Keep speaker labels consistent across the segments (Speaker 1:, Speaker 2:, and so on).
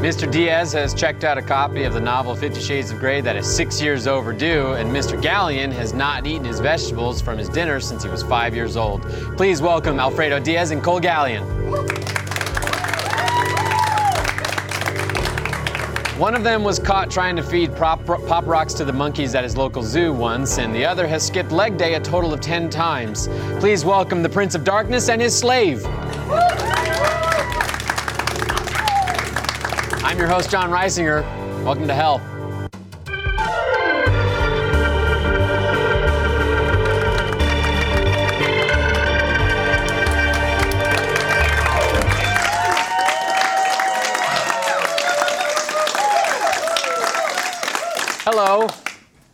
Speaker 1: Mr. Diaz has checked out a copy of the novel Fifty Shades of Grey that is six years overdue, and Mr. Galleon has not eaten his vegetables from his dinner since he was five years old. Please welcome Alfredo Diaz and Cole Galleon. One of them was caught trying to feed prop, pop rocks to the monkeys at his local zoo once, and the other has skipped leg day a total of 10 times. Please welcome the Prince of Darkness and his slave. I'm your host, John Reisinger. Welcome to Hell. Hello,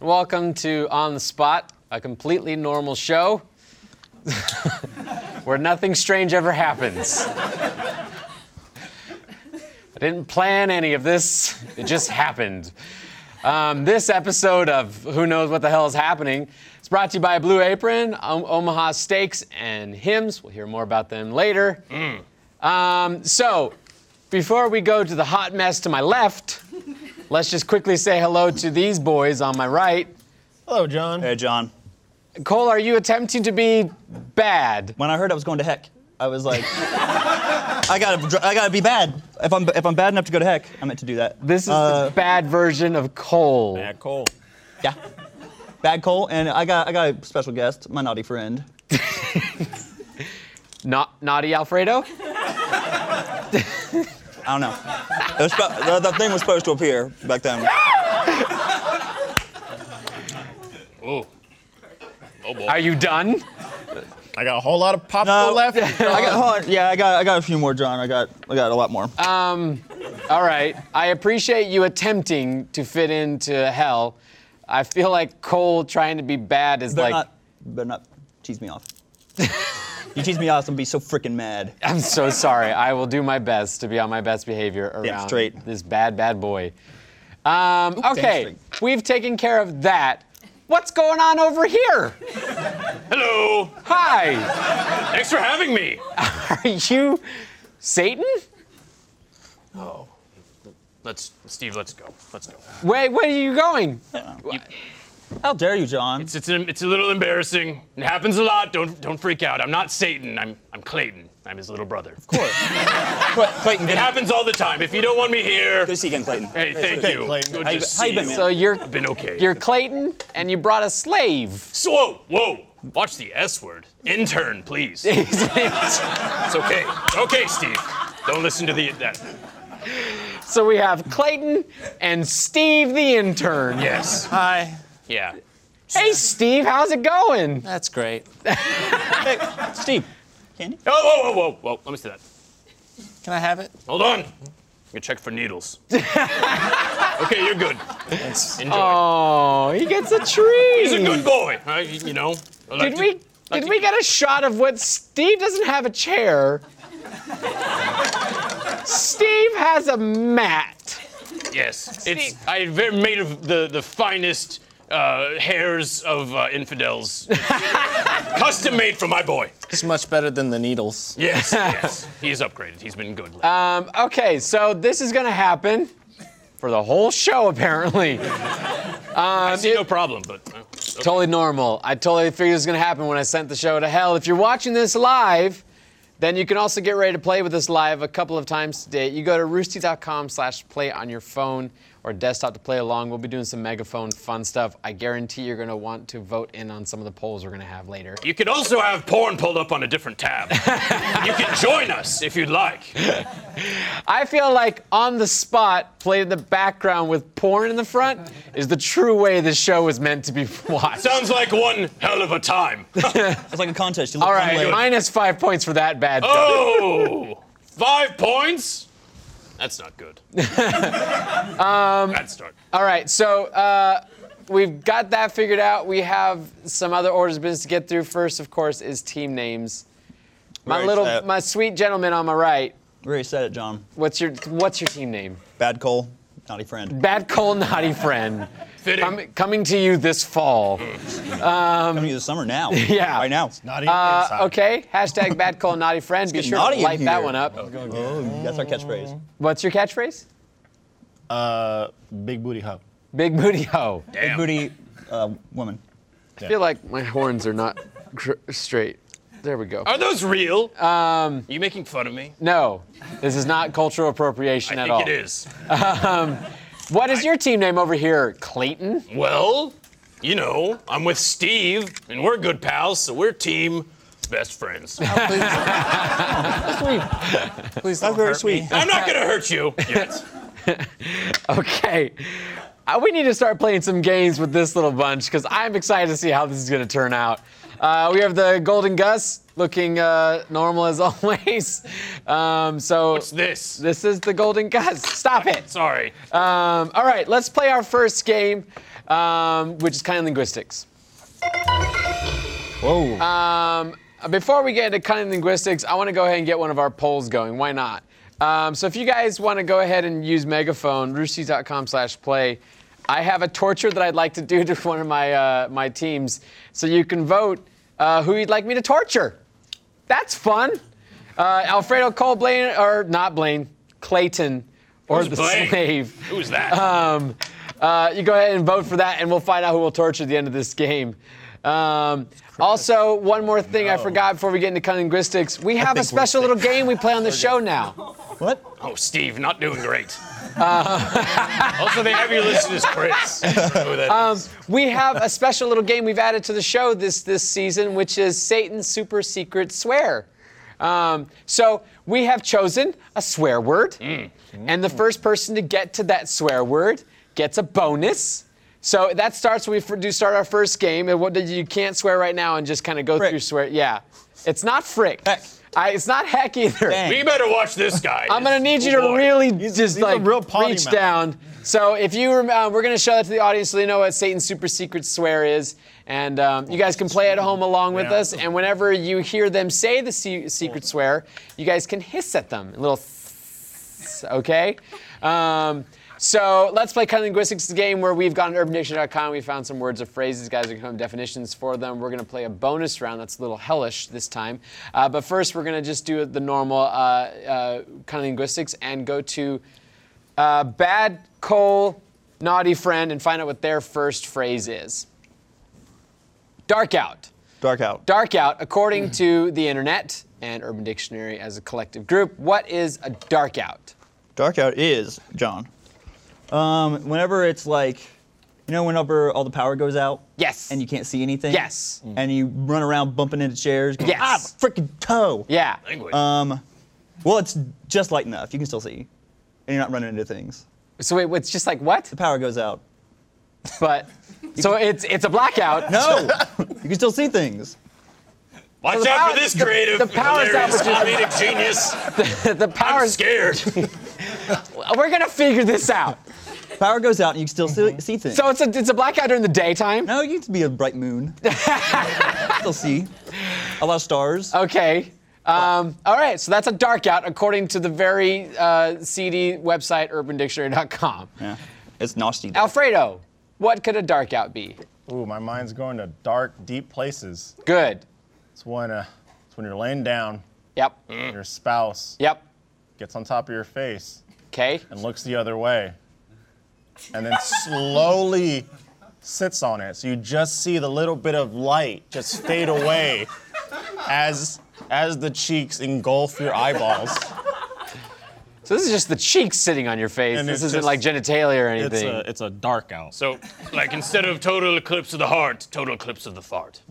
Speaker 1: welcome to On the Spot, a completely normal show where nothing strange ever happens. I didn't plan any of this, it just happened. Um, this episode of Who Knows What the Hell is Happening is brought to you by Blue Apron, O- Omaha Steaks, and Hymns. We'll hear more about them later. Um, so, before we go to the hot mess to my left, let's just quickly say hello to these boys on my right.
Speaker 2: Hello, John.
Speaker 3: Hey, John.
Speaker 1: Cole, are you attempting to be bad?
Speaker 3: When I heard I was going to heck, I was like, I gotta, dr- I gotta be bad. If I'm, if I'm bad enough to go to heck, I meant to do that.
Speaker 1: This is
Speaker 3: Uh,
Speaker 1: the bad version of Cole.
Speaker 4: Matt Cole.
Speaker 3: yeah, bad Cole, and I got, I got a special guest, my naughty friend.
Speaker 1: Not naughty Alfredo?
Speaker 3: I don't know. It was spo- the, the thing was supposed to appear back then.
Speaker 1: Are you done?
Speaker 4: I got a whole lot of popcorn left.
Speaker 3: I got, hold on, yeah, I got, I got a few more, John. I got, I got a lot more.
Speaker 1: All right. I appreciate you attempting to fit into hell. I feel like Cole trying to be bad is
Speaker 3: better
Speaker 1: like
Speaker 3: not, better not tease me off. you tease me off, I'm gonna be so freaking mad.
Speaker 1: I'm so sorry. I will do my best to be on my best behavior around
Speaker 3: Damn straight.
Speaker 1: this bad bad boy. Um, okay,
Speaker 3: straight.
Speaker 1: we've taken care of that. What's going on over here?
Speaker 4: Hello.
Speaker 1: Hi,
Speaker 4: Thanks for having me.
Speaker 1: are you Satan?
Speaker 4: Let's, Steve. Let's go. Let's go.
Speaker 1: Wait, where are you going?
Speaker 3: How dare you, John?
Speaker 4: It's, it's, a, it's a little embarrassing. It happens a lot. Don't don't freak out. I'm not Satan. I'm I'm Clayton. I'm his little brother. Of course.
Speaker 3: Clayton,
Speaker 4: It
Speaker 3: good,
Speaker 4: happens all the time. If you don't want me here,
Speaker 3: good to see you again, Clayton.
Speaker 4: hey, thank
Speaker 2: okay,
Speaker 4: you.
Speaker 2: Clayton.
Speaker 4: Good
Speaker 3: How you-
Speaker 4: to
Speaker 3: how you
Speaker 4: see
Speaker 3: been, man?
Speaker 1: So you're
Speaker 4: I've been okay.
Speaker 1: you're Clayton, and you brought a slave.
Speaker 4: So- whoa, whoa. Watch the S word. Intern, please. it's okay. It's okay, Steve. Don't listen to the that.
Speaker 1: so we have Clayton and Steve the intern.
Speaker 4: Yes.
Speaker 5: Hi.
Speaker 4: Yeah.
Speaker 1: Hey Steve, how's it going?
Speaker 5: That's great.
Speaker 3: Hey, Steve, candy?
Speaker 4: Oh, whoa, whoa, whoa, whoa. Let me see that.
Speaker 5: Can I have it?
Speaker 4: Hold on. I'm gonna check for needles. okay, you're good. Enjoy.
Speaker 1: Oh, he gets a treat.
Speaker 4: He's a good boy. I, you know. I like
Speaker 1: Did
Speaker 4: to-
Speaker 1: we
Speaker 4: like
Speaker 1: did
Speaker 4: to-
Speaker 1: we get a shot of what Steve doesn't have a chair? Steve has a mat.
Speaker 4: Yes. It's I very made of the the finest uh, hairs of uh, infidels. Custom made for my boy.
Speaker 5: It's much better than the needles.
Speaker 4: Yes. Yes. He's upgraded. He's been good.
Speaker 1: Um, okay, so this is gonna happen for the whole show apparently.
Speaker 4: I see no problem, but. uh, okay.
Speaker 1: Totally normal. I totally figured it was going to happen when I sent the show to hell. If you're watching this live, then you can also get ready to play with us live a couple of times today. You go to roosty.com slash play on your phone or desktop to play along. We'll be doing some megaphone fun stuff. I guarantee you're going to want to vote in on some of the polls we're going to have later.
Speaker 4: You could also have porn pulled up on a different tab. you can join us if you'd like.
Speaker 1: I feel like on the spot, played in the background with porn in the front is the true way this show was meant to be watched.
Speaker 4: Sounds like one hell of a time.
Speaker 3: It's like a contest. You look
Speaker 1: All
Speaker 3: one
Speaker 1: right,
Speaker 3: way.
Speaker 1: minus five points for that bad joke.
Speaker 4: Oh, five points? That's not good. um, That's dark.
Speaker 1: All right, so uh, we've got that figured out. We have some other orders of business to get through. First, of course, is team names. My
Speaker 3: Right,
Speaker 1: little,
Speaker 3: uh,
Speaker 1: my sweet gentleman on my right.
Speaker 3: We already said it, John.
Speaker 1: What's your What's your team name?
Speaker 3: Bad Cole, naughty friend.
Speaker 1: Bad Cole, naughty friend.
Speaker 4: fitting.
Speaker 1: com- coming to you this fall.
Speaker 3: Coming to the summer now.
Speaker 1: Yeah.
Speaker 3: Right now.
Speaker 2: Not
Speaker 1: Uh, okay, hashtag bad call naughty friend. Be
Speaker 3: getting
Speaker 1: sure
Speaker 3: naughty
Speaker 1: to
Speaker 3: in
Speaker 1: light that
Speaker 3: here.
Speaker 1: one up.
Speaker 3: Oh, that's our catchphrase.
Speaker 1: What's your catchphrase?
Speaker 3: Uh,
Speaker 2: Big booty hub.
Speaker 1: Big booty hoe.
Speaker 3: Big booty uh, woman.
Speaker 1: I feel like my horns are not cr- straight. There we go.
Speaker 3: Oh.
Speaker 4: Are those real? Um, you making fun of me?
Speaker 1: No, this is not cultural appropriation
Speaker 4: I
Speaker 1: at
Speaker 4: think
Speaker 1: all.
Speaker 4: it is.
Speaker 1: What is your team name over here, Clayton?
Speaker 4: Well, you know, I'm with Steve, and we're good pals, so we're team best friends.
Speaker 3: That's
Speaker 5: Please don't
Speaker 3: very
Speaker 5: hurt
Speaker 3: sweet.
Speaker 5: me.
Speaker 4: I'm not gonna hurt you. Yes.
Speaker 1: Okay. Uh, we need to start playing some games with this little bunch because I'm excited to see how this is going to turn out. Uh, we have the Golden Gus looking uh, normal as always. Um, so
Speaker 4: What's this?
Speaker 1: this is the Golden Gus. Stop it.
Speaker 4: Sorry.
Speaker 1: Um, all right, let's play our first game, um, which is kind of linguistics.
Speaker 3: Whoa.
Speaker 1: Uh, Before we get into cunning linguistics, I want to go ahead and get one of our polls going. Why not? Um, so if you guys want to go ahead and use Megaphone, roosty.com slash play, I have a torture that I'd like to do to one of my, uh, my teams. So you can vote uh, who you'd like me to torture. That's fun. Uh, Alfredo Cole Blaine, or not Blaine, Clayton, or
Speaker 4: Who's
Speaker 1: the
Speaker 4: Blaine?
Speaker 1: slave.
Speaker 4: Who's that?
Speaker 1: Um, uh, you go ahead and vote for that, and we'll find out who will torture at the end of this game. Um, also, one more thing I forgot before we get into linguistics. We have a
Speaker 5: think we're
Speaker 1: special
Speaker 5: safe.
Speaker 1: little game we play on the show now.
Speaker 3: what?
Speaker 4: oh, Steve, not doing great.
Speaker 1: uh,
Speaker 4: also, they have you listed as Chris. I don't know who that
Speaker 1: Um,
Speaker 4: is.
Speaker 1: We have a special little game we've added to the show this this season, which is Satan's super secret swear. Um, so we have chosen a swear word,
Speaker 3: Mm.
Speaker 1: and the first person to get to that swear word gets a bonus. So that starts when we f- do start our first game, and what you can't swear right now, and just kind of go
Speaker 3: Frick.
Speaker 1: through swear. Yeah, it's not frick.
Speaker 3: Heck.
Speaker 1: I, it's not heck either.
Speaker 3: Dang.
Speaker 4: We better watch this guy.
Speaker 1: I'm gonna need you to
Speaker 4: Oh, boy.
Speaker 1: really just
Speaker 2: he's a
Speaker 1: like
Speaker 2: real potty
Speaker 1: reach
Speaker 2: mouth.
Speaker 1: down. So if you rem- uh, we're gonna show that to the audience so they know what Satan's super secret swear is, and um, you guys can play at home along with
Speaker 2: Yeah.
Speaker 1: us. And whenever you hear them say the se- secret swear, you guys can hiss at them, a little, s- okay? Um, so let's play Cunning Linguistics, the game where we've gone to UrbanDictionary.com. We found some words or phrases. Guys are coming definitions for them. We're gonna play a bonus round that's a little hellish this time. Uh, but first, we're gonna just do the normal uh, uh, Cunning Linguistics and go to uh, bad Cole, naughty friend, and find out what their first phrase is. Dark out.
Speaker 3: Dark out.
Speaker 1: Dark out, according to the internet and Urban Dictionary as a collective group, what is a dark out?
Speaker 3: Dark out is John. Um, whenever it's like, you know, whenever all the power goes out.
Speaker 1: Yes.
Speaker 3: And you can't see anything.
Speaker 1: Yes.
Speaker 3: And you run around bumping into chairs. Going,
Speaker 1: Yes.
Speaker 3: Ah, my freaking toe.
Speaker 1: Yeah.
Speaker 4: Language.
Speaker 3: Um, well, it's just light enough. You can still see, and you're not running into things.
Speaker 1: So it, it's just like what?
Speaker 3: The power goes out.
Speaker 1: But so it's it's a blackout.
Speaker 3: No, you can still see things.
Speaker 4: watch
Speaker 1: the
Speaker 4: out
Speaker 1: power-
Speaker 4: for this
Speaker 1: the-
Speaker 4: creative,
Speaker 1: the power's
Speaker 4: hilarious,
Speaker 1: out, which
Speaker 4: comedic genius.
Speaker 1: the
Speaker 4: I'm
Speaker 1: power's.
Speaker 4: scared.
Speaker 1: We're gonna figure this out.
Speaker 3: Power goes out, and you can still see, see things.
Speaker 1: So it's a it's a blackout during the daytime.
Speaker 3: no, you can be a bright moon. still see a lot of stars.
Speaker 1: Oh. Okay. Um, all right, so that's a dark out according to the very uh, seedy website, urbandictionary.com.
Speaker 3: Yeah, it's nasty.
Speaker 1: Alfredo, what could a dark out be?
Speaker 2: Ooh, my mind's going to dark, deep places.
Speaker 1: Good.
Speaker 2: It's when uh, it's when you're laying down,
Speaker 1: Yep.
Speaker 2: your spouse
Speaker 1: Yep.
Speaker 2: gets on top of your face
Speaker 1: Okay.
Speaker 2: and looks the other way, and then slowly sits on it. So you just see the little bit of light just fade away as as the cheeks engulf your eyeballs.
Speaker 1: So this is just the cheeks sitting on your face.
Speaker 2: And
Speaker 1: this
Speaker 2: it's
Speaker 1: isn't
Speaker 2: just-
Speaker 1: like genitalia or
Speaker 2: It's
Speaker 1: anything.
Speaker 2: a it's a dark out.
Speaker 4: So, like, instead of total eclipse of the heart, total eclipse of the fart.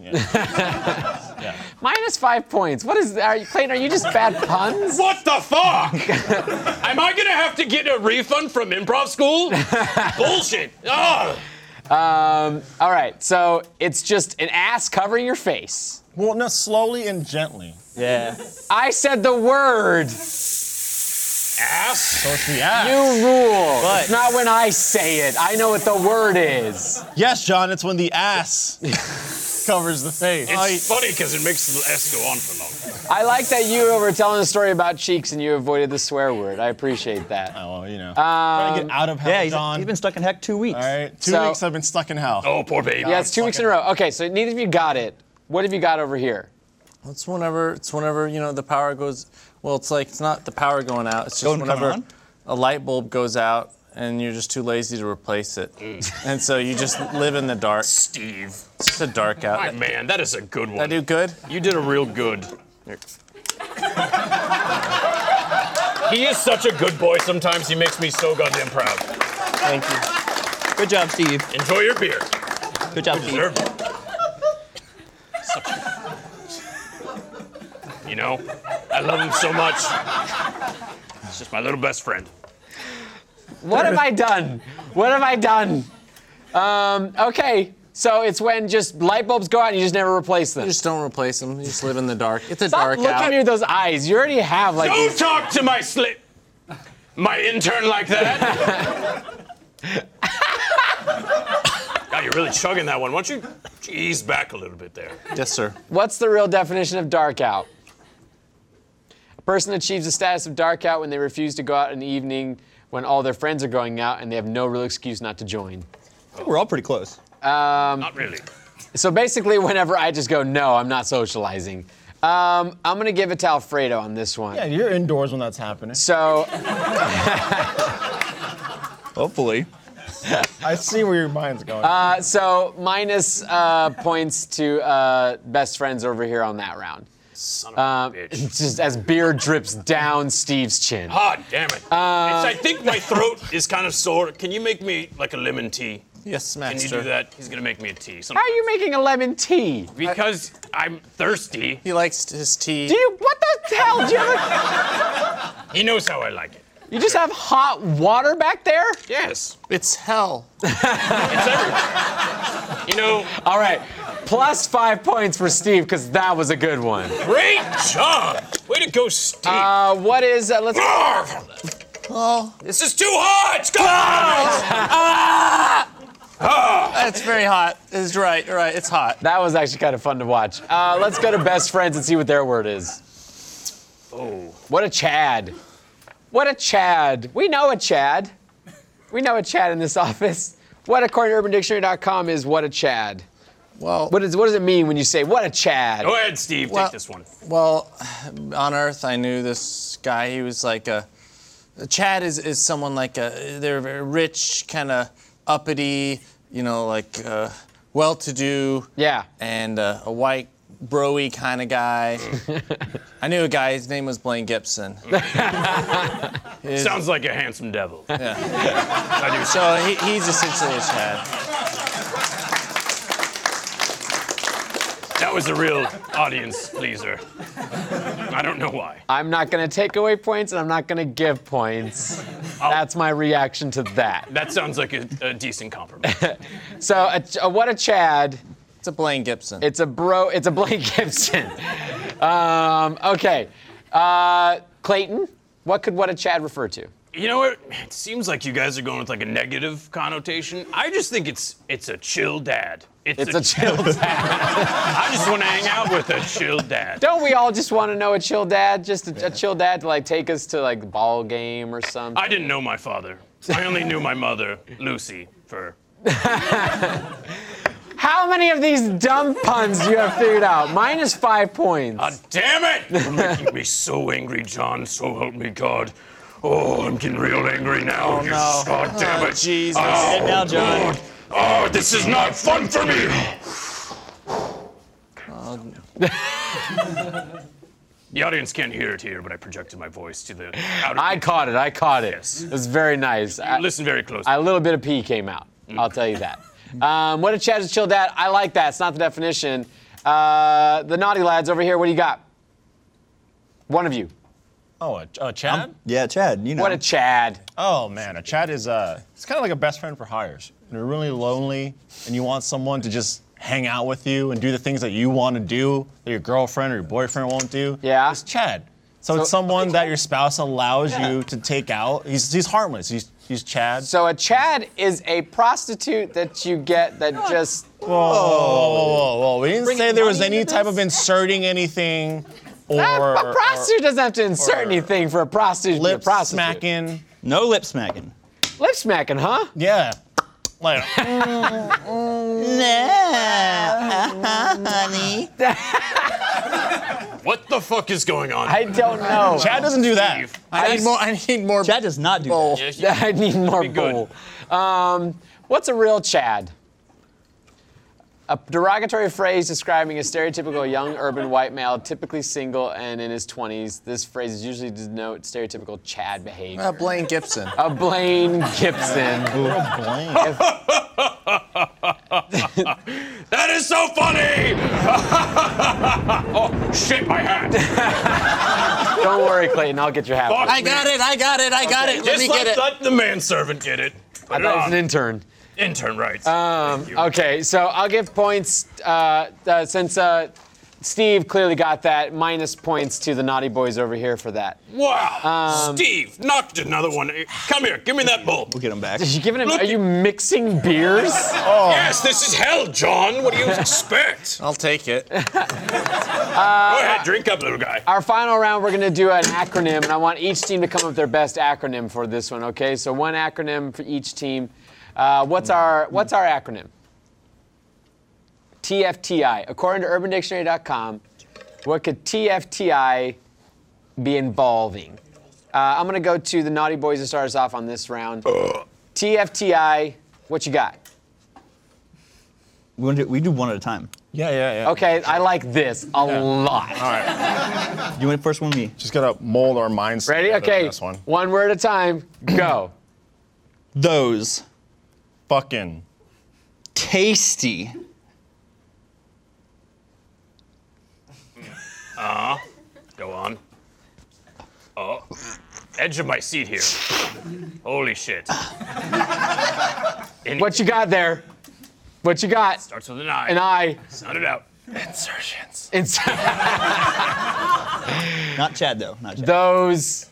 Speaker 1: Minus five points. What is? Are you, Clayton? Are you just bad puns?
Speaker 4: What the fuck? Am I gonna have to get a refund from improv school? Bullshit. Ah, Ugh.
Speaker 1: All right. So it's just an ass covering your face.
Speaker 2: Well, no, slowly and gently.
Speaker 3: Yeah.
Speaker 1: I said the word.
Speaker 4: Ass.
Speaker 2: So it's the
Speaker 1: You
Speaker 2: ass.
Speaker 1: rule.
Speaker 3: But-
Speaker 1: It's not when I say it. I know what the word is.
Speaker 2: Yes, John, it's when the ass covers the face.
Speaker 4: It's funny because it makes the S go on for long.
Speaker 1: I like that you were telling a story about cheeks and you avoided the swear word. I appreciate that.
Speaker 2: Oh, well, you know. Trying to
Speaker 5: Um,
Speaker 2: get out of hell,
Speaker 3: Yeah, he's,
Speaker 2: John.
Speaker 3: he's been stuck in heck two weeks.
Speaker 2: All right, two
Speaker 1: So-
Speaker 2: weeks I've been stuck in hell.
Speaker 4: Oh, poor baby.
Speaker 1: Yeah, it's two weeks in a row. Okay, so neither of you got it. What have you got over here?
Speaker 5: It's whenever it's whenever you know the power goes. Well, it's like it's not the power going out. It's just
Speaker 3: Going- coming
Speaker 5: whenever
Speaker 3: on?
Speaker 5: a light bulb goes out and you're just too lazy to replace it,
Speaker 2: Mm.
Speaker 5: and so you just live in the dark. It's
Speaker 4: Steve.
Speaker 5: just a dark
Speaker 4: My
Speaker 5: out.
Speaker 4: man, that is a good
Speaker 5: I
Speaker 4: one.
Speaker 5: do good.
Speaker 4: You did a real good. he is such a good boy sometimes, he makes me so goddamn proud.
Speaker 5: Thank you.
Speaker 3: Good job, Steve.
Speaker 4: Enjoy your beer.
Speaker 3: Good job, Steve.
Speaker 4: Deserve it. Such a- You know, I love him so much. He's just my little best friend.
Speaker 1: What have I done? What have I done? Um, okay, so it's when just light bulbs go out and you just never replace them.
Speaker 5: You just don't replace them. You just live in the dark. It's a
Speaker 1: Stop
Speaker 5: dark
Speaker 1: looking
Speaker 5: out.
Speaker 1: at me with those eyes. You already have like.
Speaker 4: Don't talk to my slip, my intern like that. God, you're really chugging that one. Why don't you ease back a little bit there?
Speaker 5: Yes, sir.
Speaker 1: What's the real definition of dark out? A person achieves the status of dark out when they refuse to go out in the evening when all their friends are going out and they have no real excuse not to join.
Speaker 3: I think We're all pretty close.
Speaker 4: Not really.
Speaker 1: So basically, whenever I just go, no, I'm not socializing. Um, I'm gonna give it to Alfredo on this one.
Speaker 2: Yeah, you're indoors when that's happening.
Speaker 1: So
Speaker 3: Hopefully.
Speaker 2: I see where your mind's going.
Speaker 5: Uh,
Speaker 1: uh, So minus uh, points to uh, best friends over here on that round.
Speaker 4: Son of
Speaker 1: Um,
Speaker 4: a bitch.
Speaker 1: just as beer drips down Steve's chin.
Speaker 4: God damn it.
Speaker 5: Uh,
Speaker 4: It's- I think my throat is kind of sore. Can you make me like a lemon tea?
Speaker 5: Yes,
Speaker 4: Can
Speaker 5: master.
Speaker 4: you do that? He's gonna make me a tea. Some-
Speaker 1: How are you making a lemon tea?
Speaker 4: because I'm thirsty.
Speaker 5: He likes his tea.
Speaker 1: Do you? What the hell? Do you, have
Speaker 4: He knows how I like it.
Speaker 1: a, you just have hot water back there?
Speaker 4: Yes.
Speaker 5: It's hell.
Speaker 4: It's everywhere. you know,
Speaker 1: All right, plus five points for Steve because that was a good one.
Speaker 4: great job. Way to go, Steve.
Speaker 1: Uh, what is? Uh, let's.
Speaker 4: This is too hot! God!
Speaker 5: It's very hot. It's right, right. It's hot.
Speaker 1: That was actually kind of fun to watch. Uh, let's go to best friends and see what their word is.
Speaker 4: Oh.
Speaker 1: What a Chad. What a Chad. We know a Chad. We know a Chad in this office. What according to UrbanDictionary.com is what a Chad.
Speaker 5: Well,
Speaker 1: What, is, what does it mean when you say what a Chad?
Speaker 4: Go ahead, Steve.
Speaker 5: Well-
Speaker 4: Take this one.
Speaker 5: Well, on Earth, I knew this guy. He was like a. Chad is, is someone like a. They're very rich, kind of uppity, you know, like uh, well to do.
Speaker 1: Yeah.
Speaker 5: And uh, a white, broy kind of guy. I knew a guy, his name was Blaine Gibson. His-
Speaker 4: Sounds like a handsome devil. Yeah.
Speaker 5: so he, he's essentially a Chad.
Speaker 4: That was a real audience pleaser. I don't know why.
Speaker 1: I'm not going to take away points and I'm not going to give points. That's my reaction to that.
Speaker 4: That sounds like a, a decent compliment.
Speaker 1: So a, ch- a what a Chad.
Speaker 5: It's a Blaine Gibson.
Speaker 1: It's a bro. It's a Blake Gibson. um, okay. Uh, Clayton, what could what a Chad refer to?
Speaker 4: You know what? It seems like you guys are going with like a negative connotation. I just think it's it's a chill dad.
Speaker 1: It's a chill
Speaker 4: I just want to hang out with a chill dad.
Speaker 1: Don't we all just want to know a chill dad? Just a, a chill dad to like take us to like the ball game or something.
Speaker 4: I didn't know my father. I only knew my mother, Lucy, for
Speaker 1: How many of these dumb puns do you have figured out? Minus five points.
Speaker 4: God damn it! You're making me so angry, John. So help me God. Oh, I'm getting real angry now. You-
Speaker 5: no.
Speaker 4: God damn
Speaker 5: Oh,
Speaker 4: it.
Speaker 5: Jesus.
Speaker 4: Oh,
Speaker 3: Sit down, John.
Speaker 4: God. Oh, this is not fun for me. the audience can't hear it here, but I projected my voice to the outer.
Speaker 1: I caught it. I caught it.
Speaker 4: Yes.
Speaker 1: It was very nice. I,
Speaker 4: Listen very closely.
Speaker 1: a little bit of pee came out. I'll tell you that. Um, what a Chad is a chill dad. I like that. It's not the definition. Uh, the naughty lads over here. What do you got? One of you.
Speaker 2: oh, a, a Chad?
Speaker 3: Yeah, Chad, you know.
Speaker 1: What a Chad.
Speaker 2: oh, man, a Chad is uh, it's kind of like a best friend for hires. You're really lonely and you want someone to just hang out with you and do the things that you want to do that your girlfriend or your boyfriend won't do.
Speaker 1: Yeah.
Speaker 2: It's Chad. So, it's
Speaker 1: So-
Speaker 2: someone that your spouse allows you to take out. He's, he's harmless. He's, he's Chad.
Speaker 1: So a Chad is a prostitute that you get that just
Speaker 2: Whoa, whoa, whoa, whoa, whoa. We didn't
Speaker 1: Bringing
Speaker 2: say there was
Speaker 1: money
Speaker 2: any
Speaker 1: into
Speaker 2: type
Speaker 1: this?
Speaker 2: of inserting anything or,
Speaker 1: a
Speaker 2: or
Speaker 1: prostitute doesn't have to insert anything for a prostitute. to be a
Speaker 2: lip
Speaker 1: prostitute.
Speaker 2: smacking.
Speaker 3: No lip smacking.
Speaker 1: Lip smacking, huh?
Speaker 2: Yeah. Like,
Speaker 4: What the fuck is going on?
Speaker 1: I don't know.
Speaker 2: Chad doesn't do that.
Speaker 4: Steve?
Speaker 5: I need more. I need more.
Speaker 3: Chad does not do
Speaker 5: bowl.
Speaker 3: that.
Speaker 1: I need more
Speaker 4: Be good.
Speaker 1: bull. Um, what's a real Chad? A derogatory phrase describing a stereotypical young urban white male, typically single and in his 20s. This phrase is usually to denote stereotypical Chad behavior.
Speaker 5: Uh, Blaine Gibson.
Speaker 1: A Blaine Gibson.
Speaker 2: Blame.
Speaker 4: That is so funny! oh, shit, my hat!
Speaker 1: Don't worry, Clayton. I'll get your hat.
Speaker 4: Fuck.
Speaker 5: I got it. I got it. I got it. Let
Speaker 4: Just
Speaker 5: me
Speaker 4: like
Speaker 5: get it.
Speaker 4: let the manservant get it. Put
Speaker 1: I
Speaker 4: it
Speaker 1: thought it was
Speaker 4: on.
Speaker 1: an intern.
Speaker 4: Intern rights.
Speaker 1: Okay, so I'll give points uh, uh, since uh, Steve clearly got that. Minus points to the naughty boys over here for that.
Speaker 4: wow! Steve knocked another one. Come here, give me that bowl.
Speaker 3: We'll get him back.
Speaker 1: You giving him?
Speaker 4: Look-
Speaker 1: Are you mixing beers?
Speaker 4: Yes, this is hell, John. What do you expect?
Speaker 5: I'll take it.
Speaker 1: Uh,
Speaker 4: Go ahead, drink up, little guy.
Speaker 1: Our final round, we're gonna do an acronym, and I want each team to come up with their best acronym for this one. Okay, so one acronym for each team. Uh, what's our What's our acronym? TFTI. According to UrbanDictionary.com, what could TFTI be involving? Uh, I'm gonna go to the Naughty Boys to start us off on this round. TFTI. What you got?
Speaker 3: We, do, we do one at a time.
Speaker 2: Yeah, yeah, yeah.
Speaker 1: Okay, I like this a lot.
Speaker 3: You went first one, me.
Speaker 2: Just gotta mold our minds.
Speaker 1: Ready?
Speaker 2: together with
Speaker 1: Okay.
Speaker 2: This one.
Speaker 1: one word at a time. Go.
Speaker 3: Those
Speaker 2: Fucking.
Speaker 3: tasty.
Speaker 4: Go on. Oh, edge of my seat here. Holy shit. Any-
Speaker 1: What you got there? What you got?
Speaker 4: Starts with an I.
Speaker 1: And I.
Speaker 4: Sound it out.
Speaker 1: It's
Speaker 3: Not Chad though. Not Chad.
Speaker 1: those.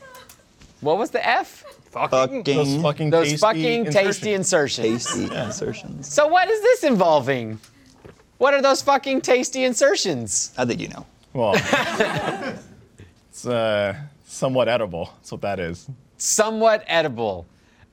Speaker 1: What was the F?
Speaker 4: Fucking.
Speaker 2: Those
Speaker 3: Fucking
Speaker 2: fucking
Speaker 1: Those
Speaker 2: tasty
Speaker 1: fucking tasty
Speaker 2: insertion.
Speaker 1: insertions.
Speaker 3: tasty insertions.
Speaker 1: So what is this involving? What are those fucking tasty insertions?
Speaker 3: I think you know.
Speaker 2: Well, it's uh, somewhat edible. That's what that is.
Speaker 1: Somewhat edible.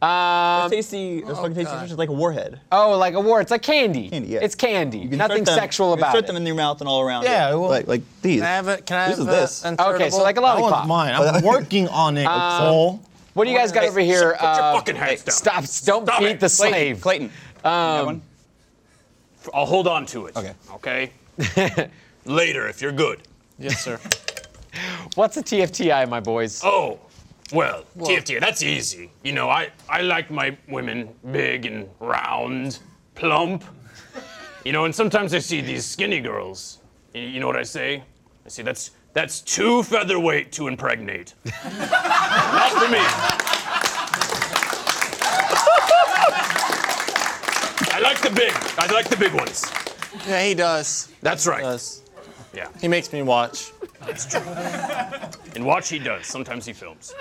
Speaker 1: Um,
Speaker 3: tasty. Those fucking tasty insertions like a warhead.
Speaker 1: Oh, like a war. It's like candy.
Speaker 3: Candy, yeah.
Speaker 1: It's candy.
Speaker 3: You can
Speaker 1: Nothing
Speaker 3: insert them-
Speaker 1: sexual
Speaker 3: you can
Speaker 1: about
Speaker 3: Insert
Speaker 1: it.
Speaker 3: them in your mouth and all around.
Speaker 2: Yeah,
Speaker 3: it. Um,
Speaker 2: well-
Speaker 3: like like these.
Speaker 5: Can I have a, can I
Speaker 3: This
Speaker 5: have
Speaker 3: is
Speaker 5: a-
Speaker 3: this.
Speaker 5: an
Speaker 1: okay, so
Speaker 5: turtable?
Speaker 1: like a
Speaker 2: That
Speaker 1: lollipop.
Speaker 2: one's mine.
Speaker 1: Uh,
Speaker 2: I'm working on it.
Speaker 1: um,
Speaker 2: Cole.
Speaker 1: What do you guys got over here?
Speaker 4: Put your
Speaker 1: Uh,
Speaker 4: fucking hands down.
Speaker 1: stop! Don't
Speaker 4: Stop
Speaker 1: beat
Speaker 4: it.
Speaker 1: the
Speaker 3: Clayton,
Speaker 1: slave.
Speaker 3: Clayton. Um,
Speaker 4: I'll hold on to it.
Speaker 3: Okay.
Speaker 4: Okay? Later, if you're good.
Speaker 5: Yes, sir.
Speaker 1: What's a TFTI, my boys?
Speaker 4: Oh, well, TFT, that's easy. You know, I, I like my women big and round, plump. You know, and sometimes I see these skinny girls. Y- You know what I say? I say that's that's too featherweight to impregnate. Not for me. I like the big. I like the big ones.
Speaker 5: Yeah, he does.
Speaker 4: That's right.
Speaker 5: Does.
Speaker 4: Yeah.
Speaker 5: He makes me watch.
Speaker 4: And watch he does. Sometimes he films.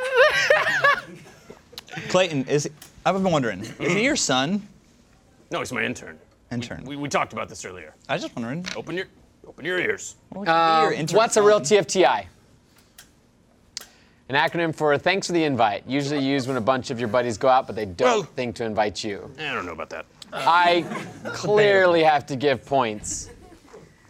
Speaker 3: Clayton is. I've been wondering. Is he your son?
Speaker 4: No, he's my intern.
Speaker 3: Intern.
Speaker 4: We, we talked about this earlier.
Speaker 3: I was just wondering.
Speaker 4: Open your open your ears.
Speaker 3: What would be your
Speaker 1: Um, Uh,
Speaker 3: intern
Speaker 1: what's a real
Speaker 3: son?
Speaker 1: TFTI? An acronym for thanks for the invite, usually used when a bunch of your buddies go out but they don't
Speaker 4: Well-
Speaker 1: think to invite you.
Speaker 4: I don't know about that.
Speaker 1: I clearly have to give points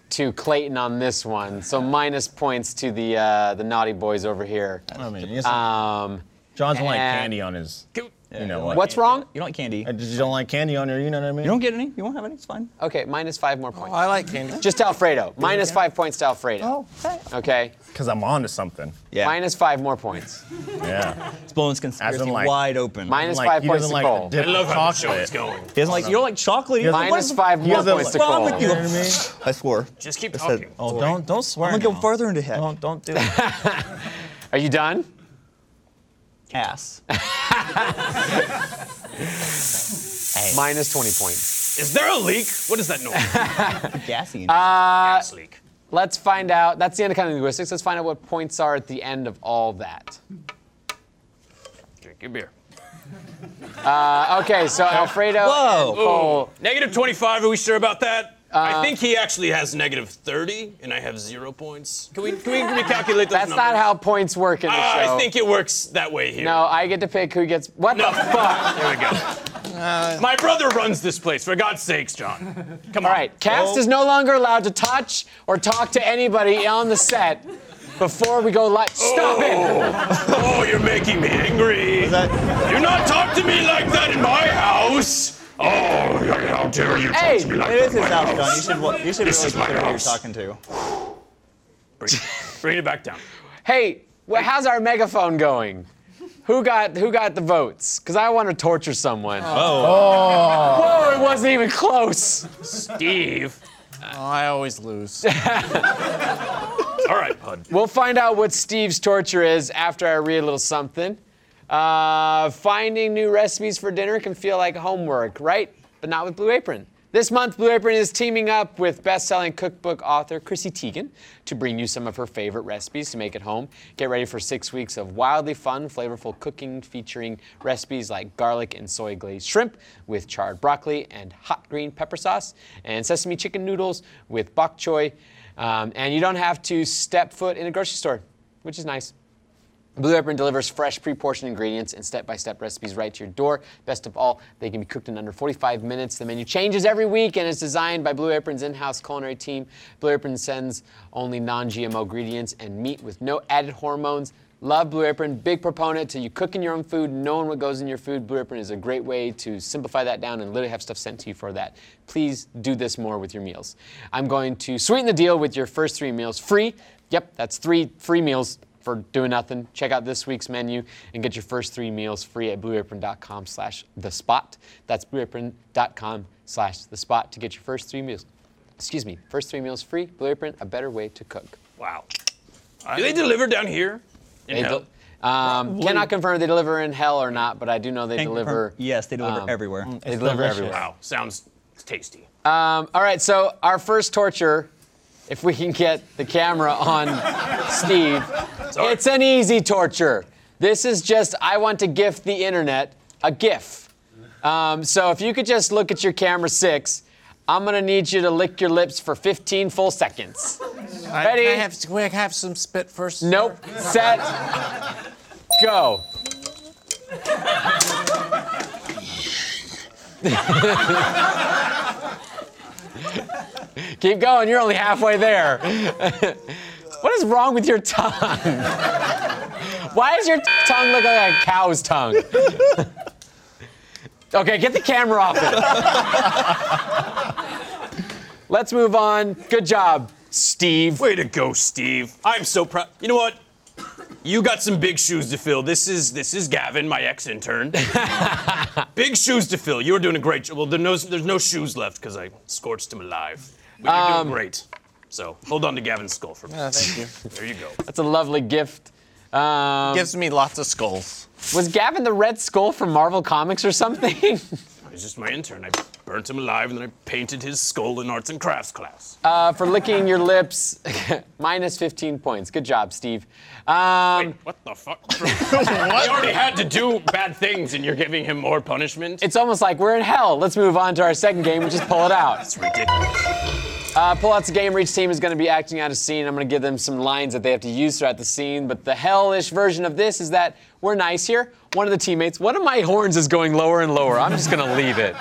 Speaker 1: to Clayton on this one, so minus points to the uh, the naughty boys over here.
Speaker 2: I mean, it's-
Speaker 1: Um,
Speaker 2: John's don't like
Speaker 1: and-
Speaker 2: candy on his.
Speaker 4: Can-
Speaker 2: You know
Speaker 3: like
Speaker 2: what?
Speaker 1: what's wrong?
Speaker 3: You don't like candy.
Speaker 2: I just don't like candy on her. You know what I mean?
Speaker 3: You don't get any. You won't have any. It's fine.
Speaker 1: Okay, minus five more points.
Speaker 5: I like candy.
Speaker 1: Just to Alfredo. Minus five points to Alfredo.
Speaker 3: okay.
Speaker 1: Okay.
Speaker 2: Because I'm on to something.
Speaker 3: Yeah.
Speaker 1: Minus five more points.
Speaker 2: Yeah.
Speaker 3: it's blowing his conspiracy
Speaker 2: As in, like-
Speaker 3: wide open.
Speaker 1: Minus
Speaker 2: like,
Speaker 1: five
Speaker 2: he
Speaker 1: points
Speaker 2: doesn't
Speaker 1: to
Speaker 2: like
Speaker 1: Cole.
Speaker 2: the dip
Speaker 4: I love
Speaker 2: of
Speaker 4: how the show is
Speaker 2: chocolate.
Speaker 4: going.
Speaker 3: He doesn't like. You don't like chocolate. either. What
Speaker 2: doesn't-
Speaker 1: Minus
Speaker 3: is the
Speaker 1: five more
Speaker 2: doesn't
Speaker 1: points to
Speaker 2: like-
Speaker 1: Cole.
Speaker 3: wrong with you?
Speaker 2: You know what I mean?
Speaker 3: I swore.
Speaker 4: Just keep
Speaker 3: I said-
Speaker 4: talking.
Speaker 2: Oh, don't don't swear.
Speaker 3: I'm gonna go
Speaker 2: now.
Speaker 3: further into hell.
Speaker 2: Don't don't do it.
Speaker 1: Are you done?
Speaker 3: Ass.
Speaker 1: Minus 20 points.
Speaker 4: Is there a leak? What is that noise?
Speaker 3: Gassy.
Speaker 1: Uh,
Speaker 4: Gas leak.
Speaker 1: Let's find out. That's the end of kind of linguistics. Let's find out what points are at the end of all that.
Speaker 4: Drink your beer.
Speaker 1: Okay, so Alfredo
Speaker 3: Whoa.
Speaker 1: and Cole.
Speaker 4: Negative 25. Are we sure about that?
Speaker 1: Uh,
Speaker 4: I think he actually has negative 30, and I have zero points. Can we, can we recalculate those
Speaker 1: That's
Speaker 4: numbers?
Speaker 1: not how points work in the
Speaker 4: Ah,
Speaker 1: show.
Speaker 4: I think it works that way here.
Speaker 1: no, I get to pick who gets. What
Speaker 4: No,
Speaker 1: the fuck?
Speaker 4: There we go. My brother runs this place, for God's sakes, John. Come on.
Speaker 1: All right, cast is no longer allowed to touch or talk to anybody on the set before we go live. Stop it!
Speaker 4: Oh, you're making me angry. Do not talk to me like that in my house. Oh, how dare you
Speaker 1: Hey,
Speaker 4: talk to me like
Speaker 3: It is
Speaker 4: that in
Speaker 3: his
Speaker 4: my
Speaker 3: house, John. You should, wa- you should
Speaker 4: This
Speaker 3: really
Speaker 4: is my
Speaker 3: consider who you're
Speaker 4: house.
Speaker 3: talking to.
Speaker 4: Bring, bring it back down.
Speaker 1: Hey, wh- how's our megaphone going? Who got who got the votes? Cause I want to torture someone. Oh.
Speaker 4: Oh.
Speaker 1: Whoa! It wasn't even close.
Speaker 4: Steve.
Speaker 5: Oh, I always lose.
Speaker 4: All right, bud.
Speaker 1: We'll find out what Steve's torture is after I read a little something. Uh, finding new recipes for dinner can feel like homework, right? But not with Blue Apron. This month, Blue Apron is teaming up with best-selling cookbook author Chrissy Teigen to bring you some of her favorite recipes to make at home. Get ready for six weeks of wildly fun, flavorful cooking featuring recipes like garlic and soy glazed shrimp with charred broccoli and hot green pepper sauce, and sesame chicken noodles with bok choy. Um, and you don't have to step foot in a grocery store, which is nice. Blue Apron delivers fresh, pre portioned ingredients and step by step recipes right to your door. Best of all, they can be cooked in under 45 minutes. The menu changes every week and is designed by Blue Apron's in house culinary team. Blue Apron sends only non GMO ingredients and meat with no added hormones. Love Blue Apron, big proponent to you cooking your own food, knowing what goes in your food. Blue Apron is a great way to simplify that down and literally have stuff sent to you for that. Please do this more with your meals. I'm going to sweeten the deal with your first three meals free. Yep, that's three free meals for doing nothing. Check out this week's menu and get your first three meals free at blueapron.com slash the spot. That's blueapron.com slash the spot to get your first three meals. Excuse me, first three meals free. Blue Apron, a better way to cook.
Speaker 4: Wow. Do they deliver down here? In
Speaker 1: They
Speaker 4: hell?
Speaker 1: del- um, cannot confirm if they deliver in hell or not, but I do know they
Speaker 3: Thank you for-
Speaker 1: deliver. Um, mm,
Speaker 3: Yes, they deliver everywhere.
Speaker 1: They deliver everywhere.
Speaker 4: wow. Sounds tasty.
Speaker 1: Um, all right, so our first torture, if we can get the camera on Steve,
Speaker 4: Sorry.
Speaker 1: it's an easy torture. This is just, I want to gift the internet a GIF. Um, so if you could just look at your camera six, I'm gonna need you to lick your lips for 15 full seconds.
Speaker 5: Can
Speaker 1: Ready?
Speaker 5: I have, can I have some spit first?
Speaker 1: Nope, set, go. Keep going, you're only halfway there. what is wrong with your tongue? Why does your tongue look like a cow's tongue? okay, get the camera off it. Let's move on. Good job, Steve.
Speaker 4: Way to go, Steve. I'm so proud. You know what? You got some big shoes to fill. This is this is Gavin, my ex-intern. big shoes to fill. You're doing a great job. Well, there's no, there's no shoes left because I scorched him alive. But you're doing great. So hold on to Gavin's skull for me.
Speaker 5: Oh, thank you.
Speaker 4: There you go.
Speaker 1: That's a lovely gift. Um,
Speaker 5: Gives me lots of skulls.
Speaker 1: Was Gavin the Red Skull from Marvel Comics or something?
Speaker 4: He's just my intern. I burnt him alive and then I painted his skull in arts and crafts class.
Speaker 1: Uh, for licking your lips, minus 15 points. Good job, Steve. Um,
Speaker 4: Wait, what the fuck? I already had to do bad things and you're giving him more punishment?
Speaker 1: it's almost like we're in hell. Let's move on to our second game, which is Pull It Out.
Speaker 4: It's ridiculous.
Speaker 1: Uh, pull Out's a game where each team is going to be acting out a scene. I'm going to give them some lines that they have to use throughout the scene. But the hellish version of this is that we're nice here. One of the teammates, one of my horns is going lower and lower. I'm just going to leave it.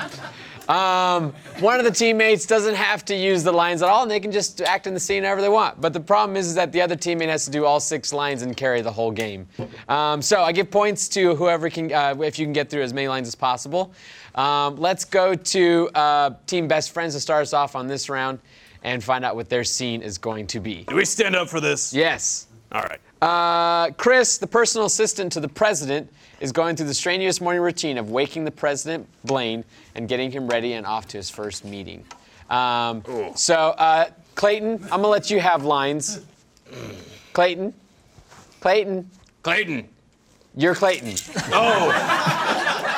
Speaker 1: Um, one of the teammates doesn't have to use the lines at all, and they can just act in the scene however they want. But the problem is, is that the other teammate has to do all six lines and carry the whole game. Um, so I give points to whoever can, uh, if you can get through as many lines as possible. Um, let's go to uh, Team Best Friends to start us off on this round and find out what their scene is going to be.
Speaker 4: Do we stand up for this?
Speaker 1: Yes.
Speaker 4: All right.
Speaker 1: Uh, Chris, the personal assistant to the president, is going through the strenuous morning routine of waking the president, Blaine, and getting him ready and off to his first meeting. Um, so, uh, Clayton, I'm gonna let you have lines. Clayton, Clayton,
Speaker 4: Clayton.
Speaker 1: you're Clayton.
Speaker 4: Oh.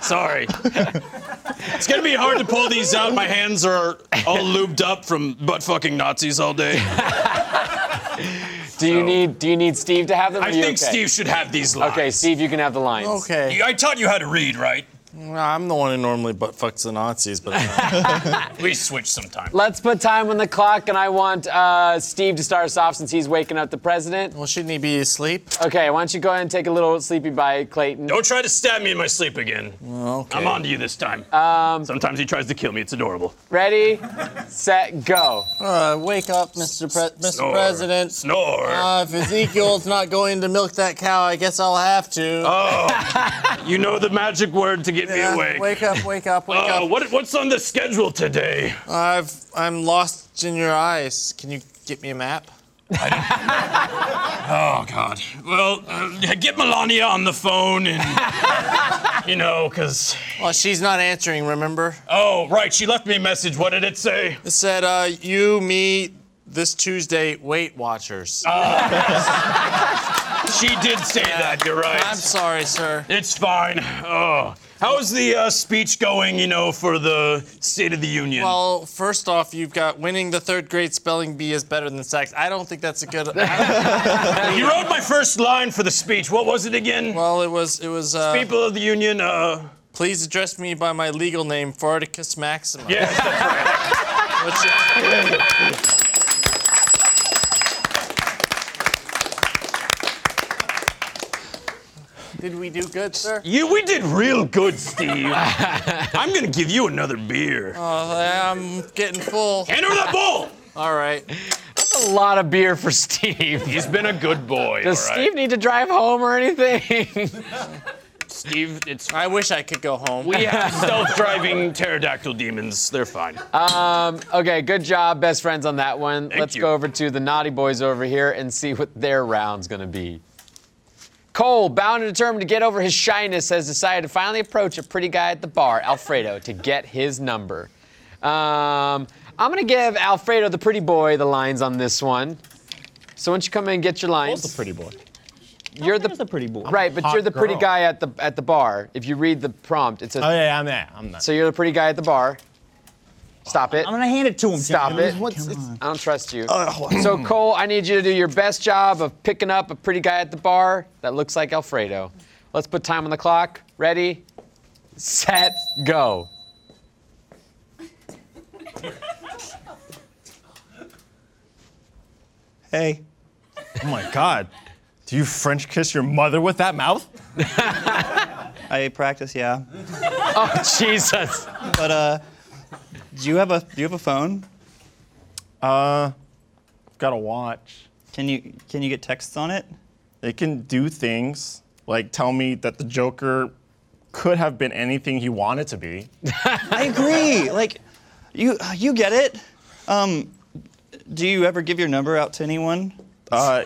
Speaker 4: Sorry. it's gonna be hard to pull these out. My hands are all lubed up from butt fucking Nazis all day.
Speaker 1: Do you
Speaker 4: So-
Speaker 1: need Do you need Steve to have them? or
Speaker 4: I
Speaker 1: you
Speaker 4: think
Speaker 1: okay?
Speaker 4: Steve should have these lines.
Speaker 1: Okay, Steve, you can have the lines.
Speaker 5: Okay.
Speaker 4: I taught you how to read, right?
Speaker 5: I'm the one who normally butt fucks the Nazis, but uh, I'm not.
Speaker 4: We switch sometime.
Speaker 1: Let's put time on the clock, and I want uh, Steve to start us off since he's waking up the president.
Speaker 5: well, shouldn't he be asleep?
Speaker 1: Okay, why don't you go ahead and take a little sleepy bite, Clayton?
Speaker 4: Don't try to stab me in my sleep again.
Speaker 5: Okay.
Speaker 4: I'm onto you this time.
Speaker 5: Um,
Speaker 4: Sometimes he tries to kill me. It's adorable.
Speaker 1: Ready, set, go.
Speaker 5: Uh, wake up, Mr. Pre- Mr.
Speaker 4: Snore.
Speaker 5: President.
Speaker 4: Snore.
Speaker 5: Uh, if Ezekiel's not going to milk that cow, I guess I'll have to.
Speaker 4: you know the magic word to get
Speaker 5: Yeah,
Speaker 4: me awake.
Speaker 5: Wake up, wake up, wake
Speaker 4: Uh,
Speaker 5: up.
Speaker 4: what, what's on the schedule today?
Speaker 5: I've I'm lost in your eyes. Can you get me a map?
Speaker 4: Oh God. Well, uh, get Melania on the phone and you know, cause
Speaker 5: Well, she's not answering. Remember,
Speaker 4: oh right, she left me a message. What did it say?
Speaker 5: it said uh, you meet this Tuesday Weight Watchers.
Speaker 4: She did say that. You're right.
Speaker 5: I'm sorry, sir.
Speaker 4: It's fine. Oh, how's the uh, speech going? You know, for the State of the Union.
Speaker 5: Well, first off, you've got winning the third grade spelling bee is better than sex. I don't think that's a good.
Speaker 4: you wrote my first line for the speech. What was it again?
Speaker 5: well, it was it was. Uh,
Speaker 4: People of the Union. Uh,
Speaker 5: please address me by my legal name, Farticus Maxima.
Speaker 4: yes. that's right.
Speaker 5: Which- Did we do good, sir?
Speaker 4: You, we did real good, Steve. I'm gonna give you another beer.
Speaker 5: Oh, I'm getting full.
Speaker 4: Hand over that bowl.
Speaker 5: All right.
Speaker 1: That's a lot of beer for Steve.
Speaker 4: He's been a good boy.
Speaker 1: Does
Speaker 4: all right?
Speaker 1: Steve need to drive home or anything?
Speaker 4: Steve, it's
Speaker 5: I wish I could go home.
Speaker 4: we have self-driving pterodactyl demons. They're fine.
Speaker 1: Um, okay, good job, best friends on that one. Let's
Speaker 4: you.
Speaker 1: go over to the naughty boys over here and see what their round's gonna be. Cole, bound and determined to get over his shyness, has decided to finally approach a pretty guy at the bar, Alfredo, to get his number. Um, I'm gonna give Alfredo, the pretty boy, the lines on this one. So once you come in and get your lines,
Speaker 2: It's a pretty boy.
Speaker 1: you're the
Speaker 3: There's a pretty boy.
Speaker 1: right, but
Speaker 2: hot
Speaker 1: you're the pretty
Speaker 2: girl.
Speaker 1: guy at the at the bar. If you read the prompt, it says,
Speaker 2: Oh yeah, I'm that. I'm that.
Speaker 1: "So you're the pretty guy at the bar." Stop it.
Speaker 3: I'm gonna hand it to him.
Speaker 1: Stop
Speaker 3: John.
Speaker 1: it.
Speaker 3: What's- it's-
Speaker 1: I don't trust you. so, Cole, I need you to do your best job of picking up a pretty guy at the bar that looks like Alfredo. Let's put time on the clock. Ready, set, go.
Speaker 3: Hey.
Speaker 2: Oh my God. Do you French kiss your mother with that mouth?
Speaker 3: I practice, yeah.
Speaker 1: Oh, Jesus.
Speaker 3: But uh, do you have a do you have a phone?
Speaker 2: Gotta watch.
Speaker 3: Can you can you get texts on it?
Speaker 2: They can do things like tell me that the Joker could have been anything he wanted to be.
Speaker 3: I agree. Like, you you get it. Um, do you ever give your number out to anyone?
Speaker 2: Uh,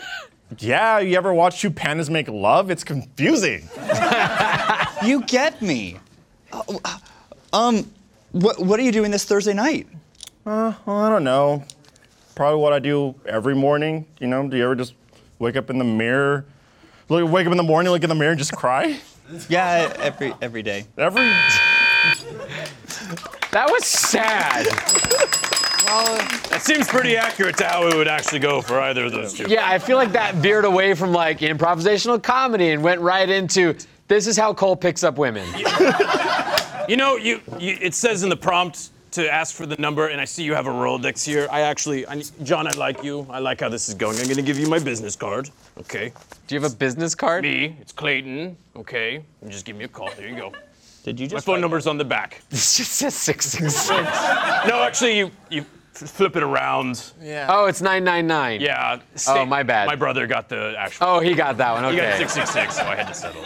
Speaker 2: yeah, you ever watch two pandas make love? It's confusing.
Speaker 3: You get me. Oh, Um, what what are you doing this Thursday night?
Speaker 2: Uh, Well, I don't know. Probably what I do every morning. You know, do you ever just wake up in the mirror? Look, wake up in the morning, look in the mirror, and just cry?
Speaker 3: Yeah, every every day.
Speaker 2: Every.
Speaker 1: That was sad.
Speaker 4: That seems pretty accurate to how it would actually go for either of those two.
Speaker 1: Yeah, I feel like that veered away from like improvisational comedy and went right into this is how Cole picks up women.
Speaker 4: You know, you, you it says in the prompt to ask for the number, and I see you have a Rolodex here. I actually, I, John, I like you. I like how this is going. I'm gonna give you my business card. Okay.
Speaker 1: Do you have a business card?
Speaker 4: Me, it's Clayton. Okay. And just give me a call. There you go.
Speaker 3: Did you
Speaker 4: My
Speaker 3: just
Speaker 4: phone number's on the back.
Speaker 1: It's just a 666.
Speaker 4: No, actually, you you f- flip it around.
Speaker 1: Oh, it's 999.
Speaker 4: Yeah.
Speaker 1: Oh, my bad.
Speaker 4: My brother got the actual.
Speaker 1: Oh, he got that one.
Speaker 4: He got
Speaker 1: Okay.
Speaker 4: 666, so I had to settle.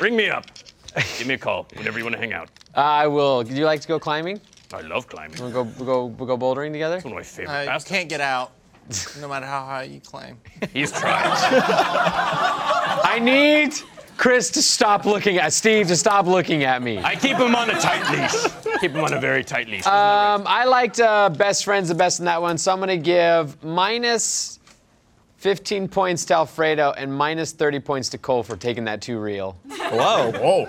Speaker 4: Ring me up. Give me a call whenever you want to hang out.
Speaker 1: Uh, I will. Do you like to go climbing?
Speaker 4: I love climbing. It's
Speaker 1: We'll go, we'll go, we'll go bouldering together?
Speaker 4: one of my favorite
Speaker 5: I
Speaker 4: pastimes.
Speaker 5: can't get out, no matter how high you climb.
Speaker 4: He's trying.
Speaker 1: I need Chris to stop looking at Steve to stop looking at me.
Speaker 4: I keep him on a tight leash. Keep him on a very tight leash.
Speaker 1: Um, I liked uh, best friends the best in that one, so I'm gonna give minus 15 points to Alfredo and minus 30 points to Cole for taking that too real.
Speaker 3: Whoa.
Speaker 2: Whoa.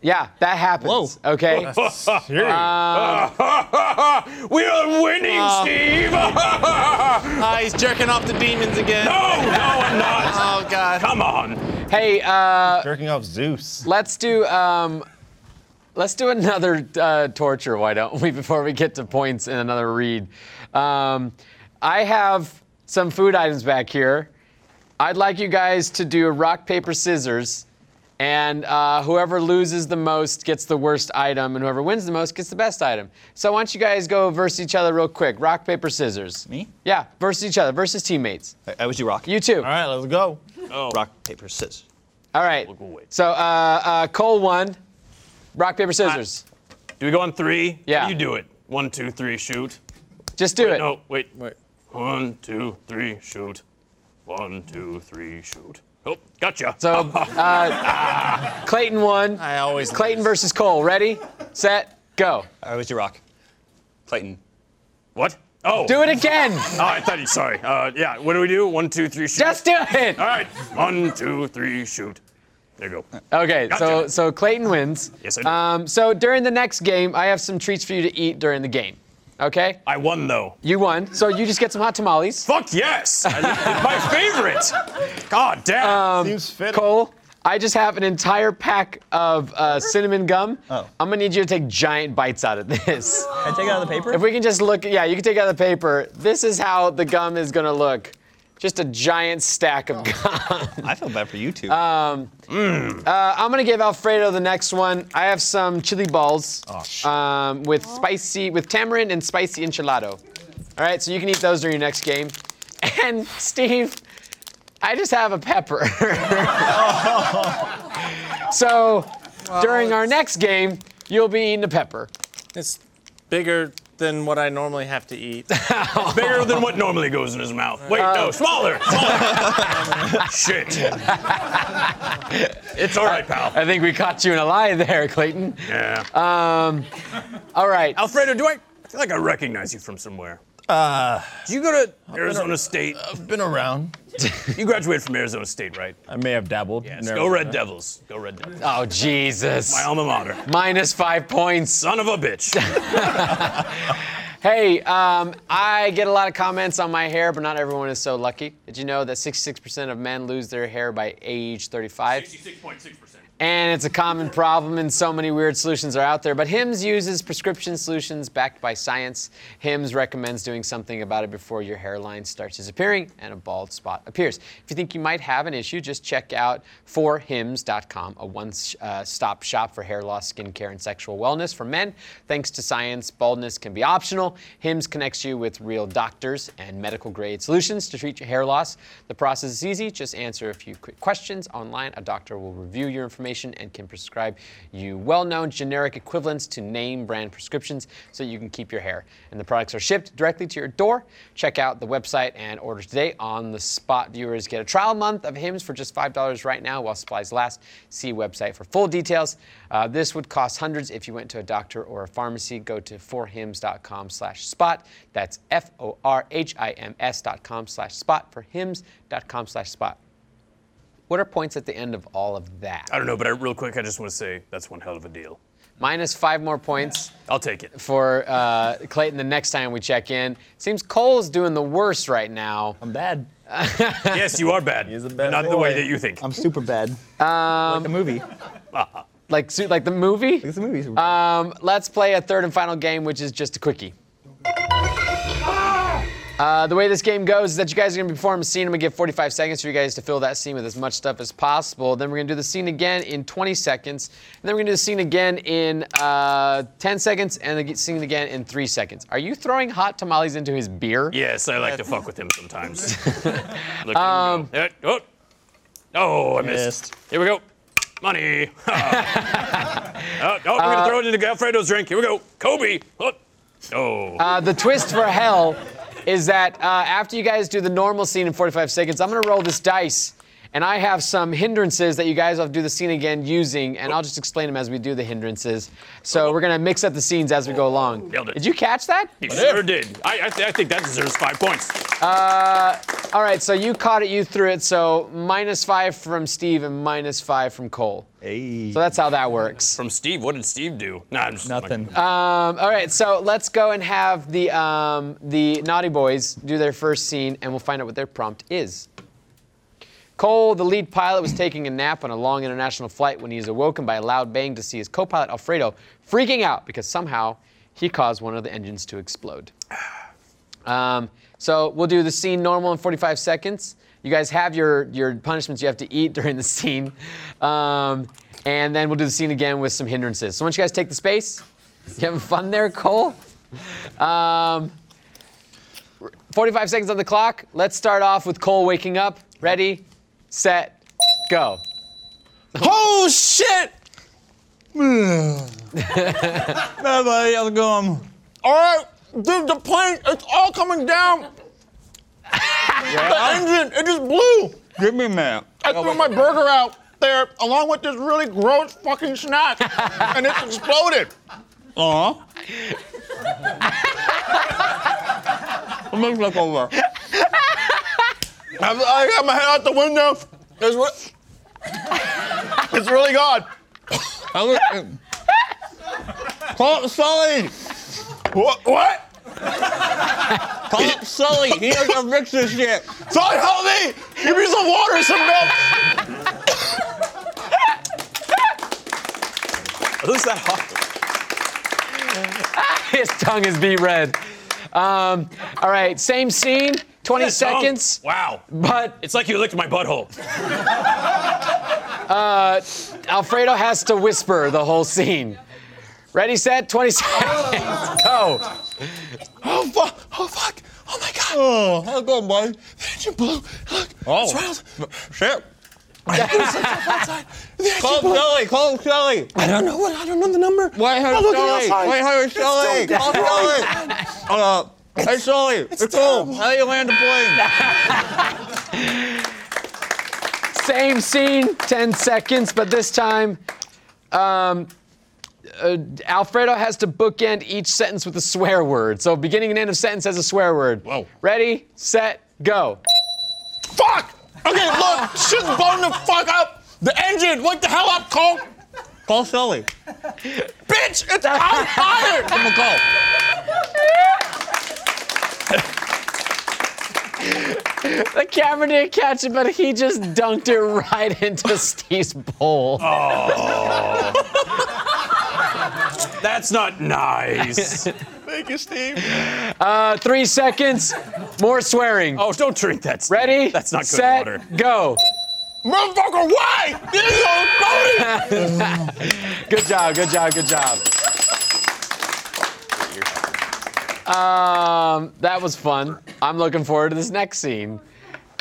Speaker 1: Yeah, that happens.
Speaker 3: Whoa.
Speaker 1: Okay.
Speaker 2: Serious.
Speaker 4: Uh, we are winning,
Speaker 5: oh.
Speaker 4: Steve. no,
Speaker 5: Ah, he's jerking off the demons again.
Speaker 4: no, I'm not.
Speaker 5: Oh God.
Speaker 4: Come on.
Speaker 1: Hey, uh,
Speaker 2: Jerking off Zeus.
Speaker 1: let's do um, Let's do another uh, torture, why don't we, before we get to points and another read. Um, I have some food items back here. I'd like you guys to do rock, paper, scissors, and uh, whoever loses the most gets the worst item, and whoever wins the most gets the best item. So why don't you guys go versus each other real quick? Rock, paper, scissors.
Speaker 3: Me?
Speaker 1: Yeah, versus each other, versus teammates.
Speaker 3: I, I was do rock.
Speaker 1: You too.
Speaker 2: All right, let's go.
Speaker 3: rock paper scissors.
Speaker 1: All right. So uh, uh, Cole won. Rock, paper, scissors.
Speaker 4: Do we go on three?
Speaker 1: Yeah.
Speaker 4: You do it. One, two, three, shoot.
Speaker 1: Just do it.
Speaker 4: No, wait. Wait. One, two, three, shoot. One, two, three, shoot. Oh, gotcha.
Speaker 1: So uh, Clayton won.
Speaker 5: I always
Speaker 1: Clayton versus Cole. Ready, set, go.
Speaker 3: I always do rock.
Speaker 4: Clayton. What? Oh.
Speaker 1: Do it again.
Speaker 4: Oh, I thought you. Sorry. Uh, yeah. What do we do? One, two, three, shoot.
Speaker 1: Just do it.
Speaker 4: All right. One, two, three, shoot. There you go.
Speaker 1: Okay, so
Speaker 4: Gotcha.
Speaker 1: so Clayton wins.
Speaker 4: Yes, I did.
Speaker 1: Um, so during the next game, I have some treats for you to eat during the game. Okay,
Speaker 4: I won though.
Speaker 1: you won. So you just get some hot tamales.
Speaker 4: Fuck yes. I- my favorite. God damn.
Speaker 2: Seems fitting.
Speaker 1: Cole, I just have an entire pack of uh, cinnamon gum.
Speaker 3: Oh.
Speaker 1: I'm gonna need you to take giant bites out of this.
Speaker 3: Can I take it out of the paper?
Speaker 1: If we can just look, yeah, you can take out the paper. This is how the gum is gonna look. Just a giant stack of gum.
Speaker 3: I feel bad for you two.
Speaker 1: I'm gonna give Alfredo the next one. I have some chili balls um, with spicy, with tamarind and spicy enchilado. All right, so you can eat those during your next game. And Steve, I just have a pepper. so during our next game, you'll be eating a pepper.
Speaker 5: It's bigger than what I normally have to eat.
Speaker 1: Oh.
Speaker 4: Bigger than what normally goes in his mouth. Wait,
Speaker 1: Uh,
Speaker 4: no, smaller. smaller. Shit. it's all right, pal.
Speaker 1: I think we caught you in a lie there, Clayton.
Speaker 4: Yeah.
Speaker 1: uh, All right.
Speaker 4: Alfredo, do I? I feel like I recognize you from somewhere. Uh. Do you go to Arizona State?
Speaker 2: I've been around.
Speaker 4: You graduated from Arizona State, right?
Speaker 2: I may have dabbled.
Speaker 4: Yes. Go Red Devils. Go Red Devils.
Speaker 1: Oh, Jesus.
Speaker 4: My alma mater.
Speaker 1: Minus five points.
Speaker 4: Son of a bitch.
Speaker 1: Hey, um, I get a lot of comments on my hair, but not everyone is so lucky. Did you know that 66% of men lose their hair by age 35?
Speaker 4: 66.6%.
Speaker 1: And it's a common problem, and so many weird solutions are out there. But Hims uses prescription solutions backed by science. Hims recommends doing something about it before your hairline starts disappearing and a bald spot appears. If you think you might have an issue, just check out forhims.com, a one-stop shop for hair loss, skincare, and sexual wellness for men. Thanks to science, baldness can be optional. Hims connects you with real doctors and medical-grade solutions to treat your hair loss. The process is easy. Just answer a few quick questions online. A doctor will review your information and can prescribe you well known generic equivalents to name brand prescriptions so you can keep your hair. And the products are shipped directly to your door. Check out the website and order today. On the spot, viewers get a trial month of Hims for just $5 right now while supplies last. See website for full details. Uh, this would cost hundreds if you went to a doctor or a pharmacy. Go to forhims.com slash spot. That's F O R H I M S dot com slash spot for hims.com slash spot. What are points at the end of all of that?
Speaker 4: I don't know, but I, real quick, I just want to say that's one hell of a deal.
Speaker 1: Minus five more points
Speaker 4: I'll take it.
Speaker 1: for uh, Clayton the next time we check in. Seems Cole's doing the worst right now.
Speaker 3: I'm bad.
Speaker 4: Yes, you are bad.
Speaker 2: He's a
Speaker 4: but
Speaker 2: bad
Speaker 4: Not the way
Speaker 2: boy.
Speaker 4: that you think.
Speaker 3: I'm super bad. like the movie. Like
Speaker 1: Like, su- like the movie?
Speaker 3: the movie.
Speaker 1: Um, let's play a third and final game, which is just a quickie. Uh, the way this game goes is that you guys are going to perform a scene. I'm going to give 45 seconds for you guys to fill that scene with as much stuff as possible. Then we're going to do the scene again in 20 seconds. And then we're going to do the scene again in uh, 10 seconds and the scene again in 3 seconds. Are you throwing hot tamales into his beer?
Speaker 4: Yes, I like to fuck with him sometimes. Look, um, oh. oh, I missed.
Speaker 3: Missed.
Speaker 4: Here we go. Money. oh, oh, we're gonna throw it into Alfredo's drink. Here we go. Kobe. Oh, oh.
Speaker 1: Uh, the twist for hell is that uh, after you guys do the normal scene in 45 seconds, I'm gonna roll this dice, and I have some hindrances that you guys will have to do the scene again using, and I'll just explain them as we do the hindrances. So we're gonna mix up the scenes as we go along.
Speaker 4: Nailed it.
Speaker 1: Did you catch that?
Speaker 4: you sure did. I, I, th- I think that deserves five points.
Speaker 1: All right, so you caught it, you threw it. So minus five from Steve and minus five from Cole.
Speaker 3: hey.
Speaker 1: So that's how that works.
Speaker 4: From Steve. What did Steve do? Nah, I'm just
Speaker 5: Oh
Speaker 3: Nothing.
Speaker 1: Um, all right, so let's go and have the um, the Naughty Boys do their first scene, and we'll find out what their prompt is. Cole, the lead pilot, was taking a nap on a long international flight when he is awoken by a loud bang to see his co pilot Alfredo freaking out because somehow he caused one of the engines to explode. Um, so we'll do the scene normal in 45 seconds. You guys have your, your punishments you have to eat during the scene. Um, and then we'll do the scene again with some hindrances. So, once you guys take the space, you having fun there, Cole? Um, 45 seconds on the clock. Let's start off with Cole waking up. Ready, set, go.
Speaker 5: Oh shit!
Speaker 3: Hey, buddy, how's it going?
Speaker 5: All right, dude, the plane, it's all coming down. the engine, it just blew.
Speaker 3: Give me a minute.
Speaker 5: I threw my burger out there along with this really gross fucking snack, and it's exploded.
Speaker 3: Uh huh. Let me look over.
Speaker 5: I, I got my head out the window. It's, re- it's really gone.
Speaker 2: Oh,
Speaker 3: Call up Sully!
Speaker 5: What? What?
Speaker 3: Call up Sully! He has to fix this shit!
Speaker 5: Son, help me! Give me some water, some milk.
Speaker 3: Who's that hot?
Speaker 1: His tongue is beat red. Um, all right, same scene, 20
Speaker 4: That tongue.
Speaker 1: seconds,
Speaker 4: Wow.
Speaker 1: but
Speaker 4: It's like you licked my butthole.
Speaker 1: Alfredo has to whisper the whole scene. Ready, set, 20 seconds, go.
Speaker 5: Oh fuck! Oh fuck! Oh my god!
Speaker 3: Oh, how's it going, buddy?
Speaker 5: The engine blew. Look,
Speaker 3: Oh.
Speaker 5: it's right outside.
Speaker 3: Shit.
Speaker 5: It's outside. The engine
Speaker 3: Call up
Speaker 5: blew.
Speaker 3: Sully! Call up Sully!
Speaker 5: I don't know what. I don't know the number.
Speaker 3: Wait,
Speaker 5: I'm
Speaker 3: hey,
Speaker 5: looking
Speaker 3: Sully!
Speaker 5: outside.
Speaker 3: Wait, hey,
Speaker 5: It's
Speaker 3: Sully!
Speaker 5: so
Speaker 3: Call
Speaker 5: dark.
Speaker 3: Sully! Uh, hey, Sully! It's, cool.
Speaker 5: terrible.
Speaker 3: How do you land the plane?
Speaker 1: Same scene, 10 seconds, but this time um, uh, Alfredo has to bookend each sentence with a swear word. So beginning and end of sentence has a swear word.
Speaker 4: Whoa.
Speaker 1: Ready, set, go.
Speaker 5: Fuck! Okay, look, shit's blowing the fuck up. The engine. What the hell up, Cole?
Speaker 3: Call Sully.
Speaker 5: Bitch, it's outside.
Speaker 3: Give him a call.
Speaker 1: The camera didn't catch it, but he just dunked it right into Steve's bowl.
Speaker 4: That's not nice.
Speaker 5: Thank you, Steve.
Speaker 1: Uh, three seconds, more swearing.
Speaker 4: oh, don't drink that. Steve.
Speaker 1: Ready,
Speaker 4: That's not good
Speaker 1: set,
Speaker 4: water.
Speaker 1: go.
Speaker 5: Motherfucker, why? This is so loaded.
Speaker 1: Good job, good job, good job. Um, that was fun. I'm looking forward to this next scene.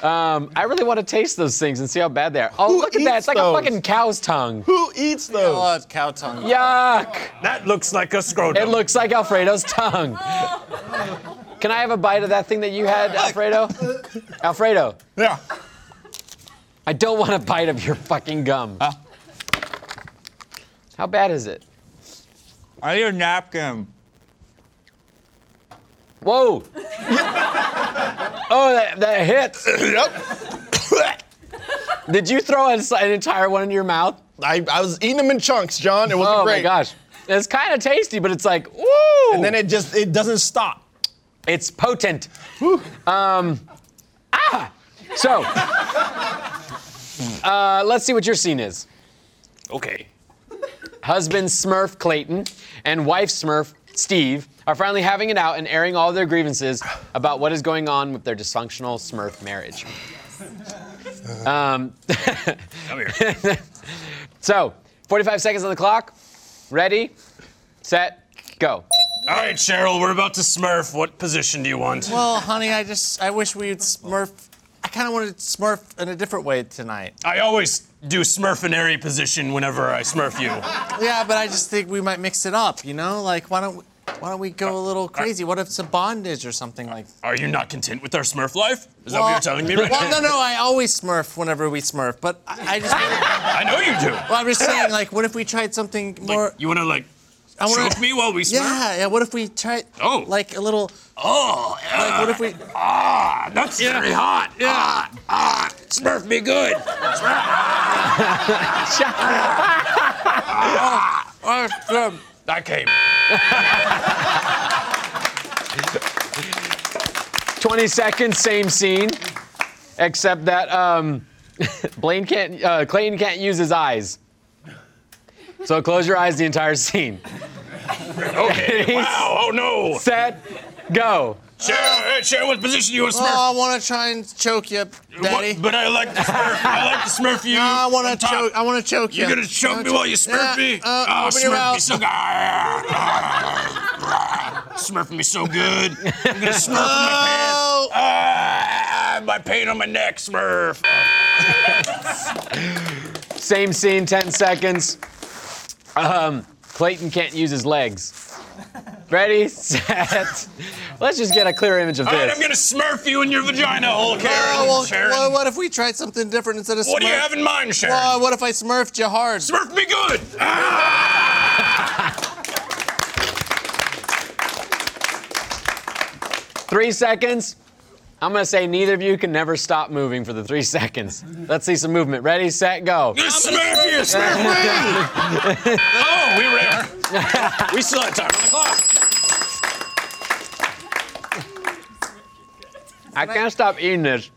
Speaker 1: Um, I really want to taste those things and see how bad they are. Oh,
Speaker 2: Who
Speaker 1: look at that.
Speaker 2: eats
Speaker 1: It's like
Speaker 2: those?
Speaker 1: a fucking cow's tongue.
Speaker 2: Who eats those?
Speaker 5: it's cow tongue.
Speaker 1: Yuck.
Speaker 4: That looks like a scrotum.
Speaker 1: It looks like Alfredo's tongue. Can I have a bite of that thing that you had, Alfredo? Alfredo,
Speaker 2: Yeah.
Speaker 1: I don't want a bite of your fucking gum. How bad is it?
Speaker 3: I need a napkin.
Speaker 1: Whoa. oh, that, that hits.
Speaker 5: Yep.
Speaker 1: Did you throw an, an entire one in your mouth?
Speaker 5: I, I was eating them in chunks, John. It wasn't
Speaker 1: Oh
Speaker 5: great.
Speaker 1: my gosh. It's kind of tasty, but it's like, ooh.
Speaker 2: And then it just it doesn't stop.
Speaker 1: it's potent. Um, ah. So, uh, let's see what your scene is.
Speaker 4: okay.
Speaker 1: Husband Smurf Clayton and wife Smurf Steve are finally having it out and airing all their grievances about what is going on with their dysfunctional Smurf marriage.
Speaker 4: Come here.
Speaker 1: So, 45 seconds on the clock. Ready, set, go.
Speaker 4: All right, Cheryl, we're about to smurf. What position do you want?
Speaker 5: Well, honey, I just I wish we would smurf. I kind of wanted to smurf in a different way tonight.
Speaker 4: I always do smurfinary position whenever I smurf you.
Speaker 5: Yeah, but I just think we might mix it up. You know, like why don't we, why don't we go a little crazy? What if it's a bondage or something like?
Speaker 4: Are you not content with our smurf life? Is that what you're telling me right
Speaker 5: Well,
Speaker 4: now?
Speaker 5: no, no. I always smurf whenever we smurf, but I, I just.
Speaker 4: I know you do.
Speaker 5: well, I'm just saying, like, what if we tried something
Speaker 4: Like,
Speaker 5: more?
Speaker 4: you want to like
Speaker 5: I wanna-
Speaker 4: choke me while we smurf?
Speaker 5: Yeah, yeah. What if we tried?
Speaker 4: Oh.
Speaker 5: Like a little.
Speaker 4: Oh,
Speaker 5: Like, what if we?
Speaker 4: Ah, that's very hot. Yeah. Ah, ah, smurf me good.
Speaker 5: Uh, um,
Speaker 4: I came.
Speaker 1: 20 seconds, same scene, except that um, Blaine can't. Uh, Clayton can't use his eyes. So close your eyes the entire scene.
Speaker 4: Okay.
Speaker 1: He's-
Speaker 4: wow. Oh no.
Speaker 1: Set, go.
Speaker 4: Share, uh, share what position you a smurf.
Speaker 5: Oh, I want to try and choke you,
Speaker 4: What-
Speaker 5: Daddy.
Speaker 4: but I like to smurf. I like to smurf you.
Speaker 5: I
Speaker 4: on
Speaker 5: want to
Speaker 4: top.
Speaker 5: choke. I want to choke you.
Speaker 4: You're gonna choke me while you smurf
Speaker 5: Yeah,
Speaker 4: me?
Speaker 5: uh,
Speaker 4: oh,
Speaker 5: open
Speaker 4: smurf
Speaker 5: your
Speaker 4: me
Speaker 5: mouth.
Speaker 4: so Smurf me so good. I'm gonna smurf
Speaker 5: Oh,
Speaker 4: my pants. Ah, my pain on my neck, smurf.
Speaker 1: Same scene, 10 seconds. Um, Clayton can't use his legs. Ready, set. Let's just get a clear image of
Speaker 4: All right, I'm
Speaker 1: this.
Speaker 4: gonna smurf you in your vagina hole, Karen.
Speaker 5: Oh, well,
Speaker 4: Sharon.
Speaker 5: well, what if we tried something different instead of
Speaker 4: what do you
Speaker 5: Smurf?
Speaker 4: have in mind, Sharon?
Speaker 5: Well, what if I smurfed you hard?
Speaker 4: smurf me good. Ah!
Speaker 1: Three seconds. I'm gonna say neither of you can never stop moving for the three seconds. Let's see some movement. Ready, set, go.
Speaker 4: I'm gonna smurf you, smurf me. oh, we ran. we still had time on the clock.
Speaker 1: I can't stop eating this.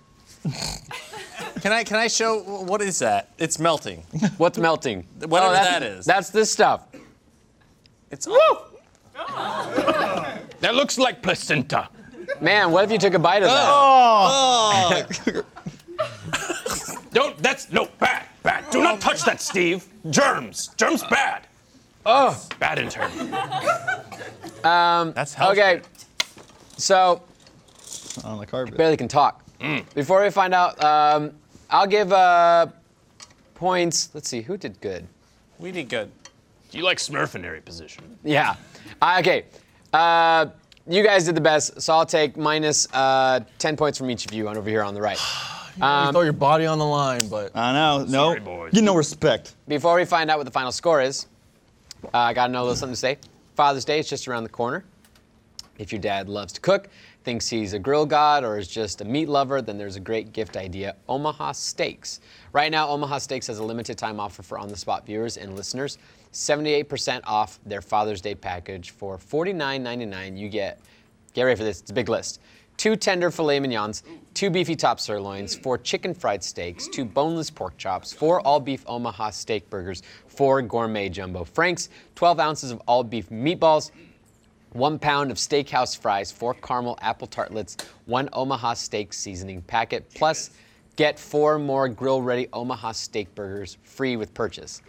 Speaker 5: Can I can I show what is that? It's melting.
Speaker 1: What's melting?
Speaker 5: Whatever
Speaker 1: that's-
Speaker 5: Oh, that is.
Speaker 1: That's this stuff.
Speaker 5: It's
Speaker 4: That looks like placenta.
Speaker 1: Man, what if you took a bite of that?
Speaker 4: Oh. Don't. That's no bad. Bad. Do not touch that, Steve. Germs. Germs bad. Oh, bad intern.
Speaker 5: That's how.
Speaker 1: Okay. So
Speaker 3: on the carpet.
Speaker 1: barely can talk.
Speaker 4: Mm.
Speaker 1: Before we find out, um, I'll give uh, points. Let's see, who did good?
Speaker 5: We did good.
Speaker 4: Do you like smurfinary position?
Speaker 1: Yeah. Uh, okay. Uh, you guys did the best, so I'll take minus uh, 10 points from each of you on over here on the right.
Speaker 5: you throw your body on the line, but
Speaker 3: I know. No.
Speaker 4: Sorry, boys.
Speaker 3: You no respect.
Speaker 1: Before we find out what the final score is, uh, I got another little something to say. Father's Day is just around the corner. If your dad loves to cook, thinks he's a grill god, or is just a meat lover, then there's a great gift idea Omaha Steaks. Right now, Omaha Steaks has a limited time offer for on the spot viewers and listeners 78% off their Father's Day package for $49.99. You get, get ready for this, it's a big list. Two tender filet mignons, two beefy top sirloins, four chicken fried steaks, two boneless pork chops, four all beef Omaha steak burgers, four gourmet jumbo franks, 12 ounces of all beef meatballs, one pound of steakhouse fries, four caramel apple tartlets, one Omaha steak seasoning packet, plus get four more grill ready Omaha steak burgers free with purchase.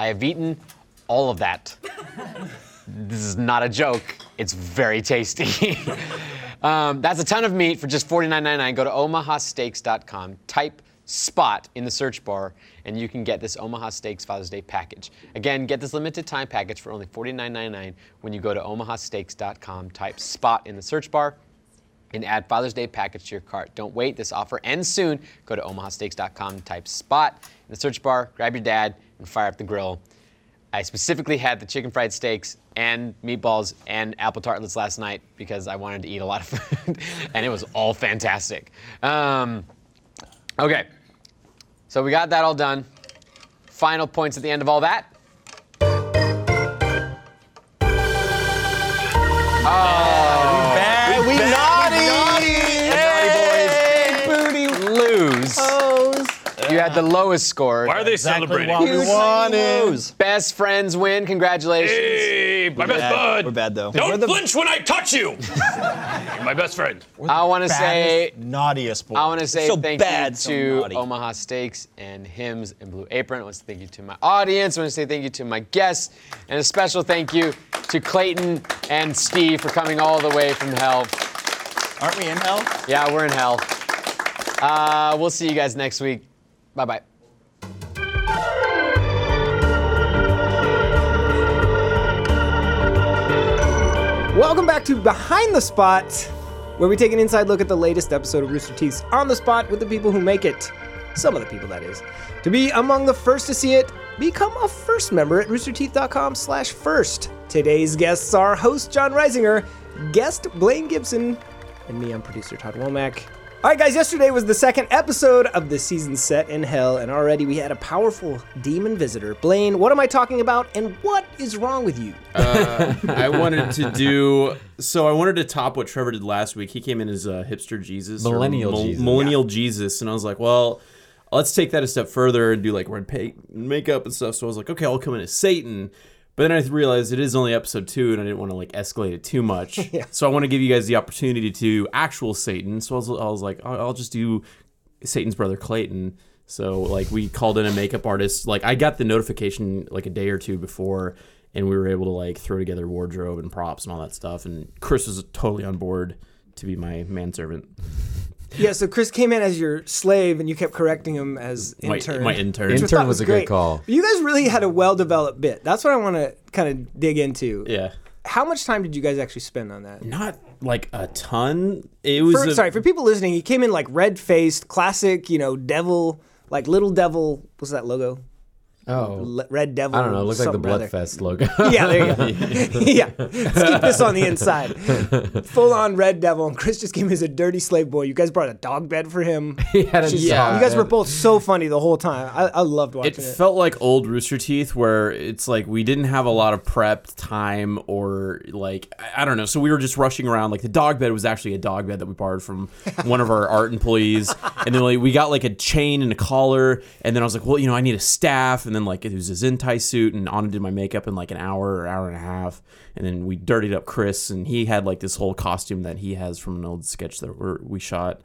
Speaker 1: I have eaten all of that. this is not a joke, it's very tasty. Um, that's a ton of meat for just $49.99. Go to omahasteaks.com, type spot in the search bar, and you can get this Omaha Steaks Father's Day package. Again, get this limited time package for only $49.99 when you go to omahasteaks.com, type spot in the search bar, and add Father's Day package to your cart. Don't wait, this offer ends soon. Go to omahasteaks.com, type spot in the search bar, grab your dad, and fire up the grill. I specifically had the chicken fried steaks and meatballs and apple tartlets last night because I wanted to eat a lot of food, and it was all fantastic. Um, okay, so we got that all done. Final points at the end of all that.
Speaker 3: we
Speaker 1: Booty lose. You had the lowest score.
Speaker 4: Uh, Why are they celebrating?
Speaker 2: what we wanted.
Speaker 3: Lose.
Speaker 1: Best friends win. Congratulations.
Speaker 4: Hey, my best bud.
Speaker 3: We're bad though.
Speaker 4: Don't flinch when I touch you. You're my best friend.
Speaker 1: I want to say
Speaker 2: Baddest, naughtiest boy.
Speaker 1: I want to say
Speaker 3: so
Speaker 1: thank
Speaker 3: bad, so
Speaker 1: you to
Speaker 3: naughty.
Speaker 1: Omaha Steaks and Hymns and Blue Apron. I want to thank you to my audience. I want to say thank you to my guests. And a special thank you to Clayton and Steve for coming all the way from hell.
Speaker 3: Aren't we in hell?
Speaker 1: Yeah, we're in hell. Uh, we'll see you guys next week. Bye bye.
Speaker 6: Welcome back to Behind the Spot, where we take an inside look at the latest episode of Rooster Teeth's On the Spot with the people who make it. Some of the people, that is. To be among the first to see it, become a first member at roosterteeth.com slash first. Today's guests are host John Reisinger, guest Blaine Gibson, and me, I'm producer Todd Womack. All right, guys, yesterday was the second episode of the season set in hell, and already we had a powerful demon visitor. Blaine, what am I talking about, and what is wrong with you?
Speaker 7: I wanted to do so. I wanted to top what Trevor did last week. He came in as uh, hipster Jesus, or
Speaker 1: Millennial
Speaker 7: mil-
Speaker 1: Jesus.
Speaker 7: millennial Jesus, and I was like, well, let's take that a step further and do like red pa- makeup and stuff. So I was like, okay, I'll come in as Satan. But then I realized it is only episode two, and I didn't want to like escalate it too much. So I want to give you guys the opportunity to actual Satan. So I was, I was like, I'll, I'll just do Satan's brother Clayton. So like we called in a makeup artist. Like I got the notification like a day or two before, and we were able to like throw together wardrobe and props and all that stuff. And Chris was totally on board to be my manservant,
Speaker 6: Yeah, so Chris came in as your slave, and you kept correcting him as
Speaker 7: my
Speaker 6: intern.
Speaker 7: my intern.
Speaker 6: which I
Speaker 1: Intern
Speaker 6: thought
Speaker 1: was a good
Speaker 6: great.
Speaker 1: call.
Speaker 6: You guys really had a well-developed bit. That's what I want to kind of dig into.
Speaker 7: yeah,
Speaker 6: How much time did you guys actually spend on that?
Speaker 7: not like a ton. It was
Speaker 6: For,
Speaker 7: a-
Speaker 6: sorry, for people listening, he came in like red-faced, classic, you know, devil, like little devil. What's that logo?
Speaker 1: Oh.
Speaker 6: Le- red devil.
Speaker 1: I don't know. It looked like the
Speaker 6: something or other.
Speaker 1: Bloodfest logo.
Speaker 6: Yeah, there you go. yeah, let's keep this on the inside. Full on red devil, and Chris just came in as a dirty slave boy. You guys brought a dog bed for him.
Speaker 1: had a
Speaker 6: She's-
Speaker 1: dog
Speaker 6: You guys were
Speaker 1: bed.
Speaker 6: both so funny the whole time. I, I loved watching
Speaker 7: It
Speaker 6: it.
Speaker 7: felt like old Rooster Teeth, where it's like we didn't have a lot of prep time or like I I don't know. So we were just rushing around. Like the dog bed was actually a dog bed that we borrowed from one of our art employees, and then like we got like a chain and a collar, and then I was like, well, you know, I need a staff, and then like it was a Zentai suit, and Anna did my makeup in like an hour or hour and a half, and then we dirtied up Chris, and he had like this whole costume that he has from an old sketch that we're, we shot.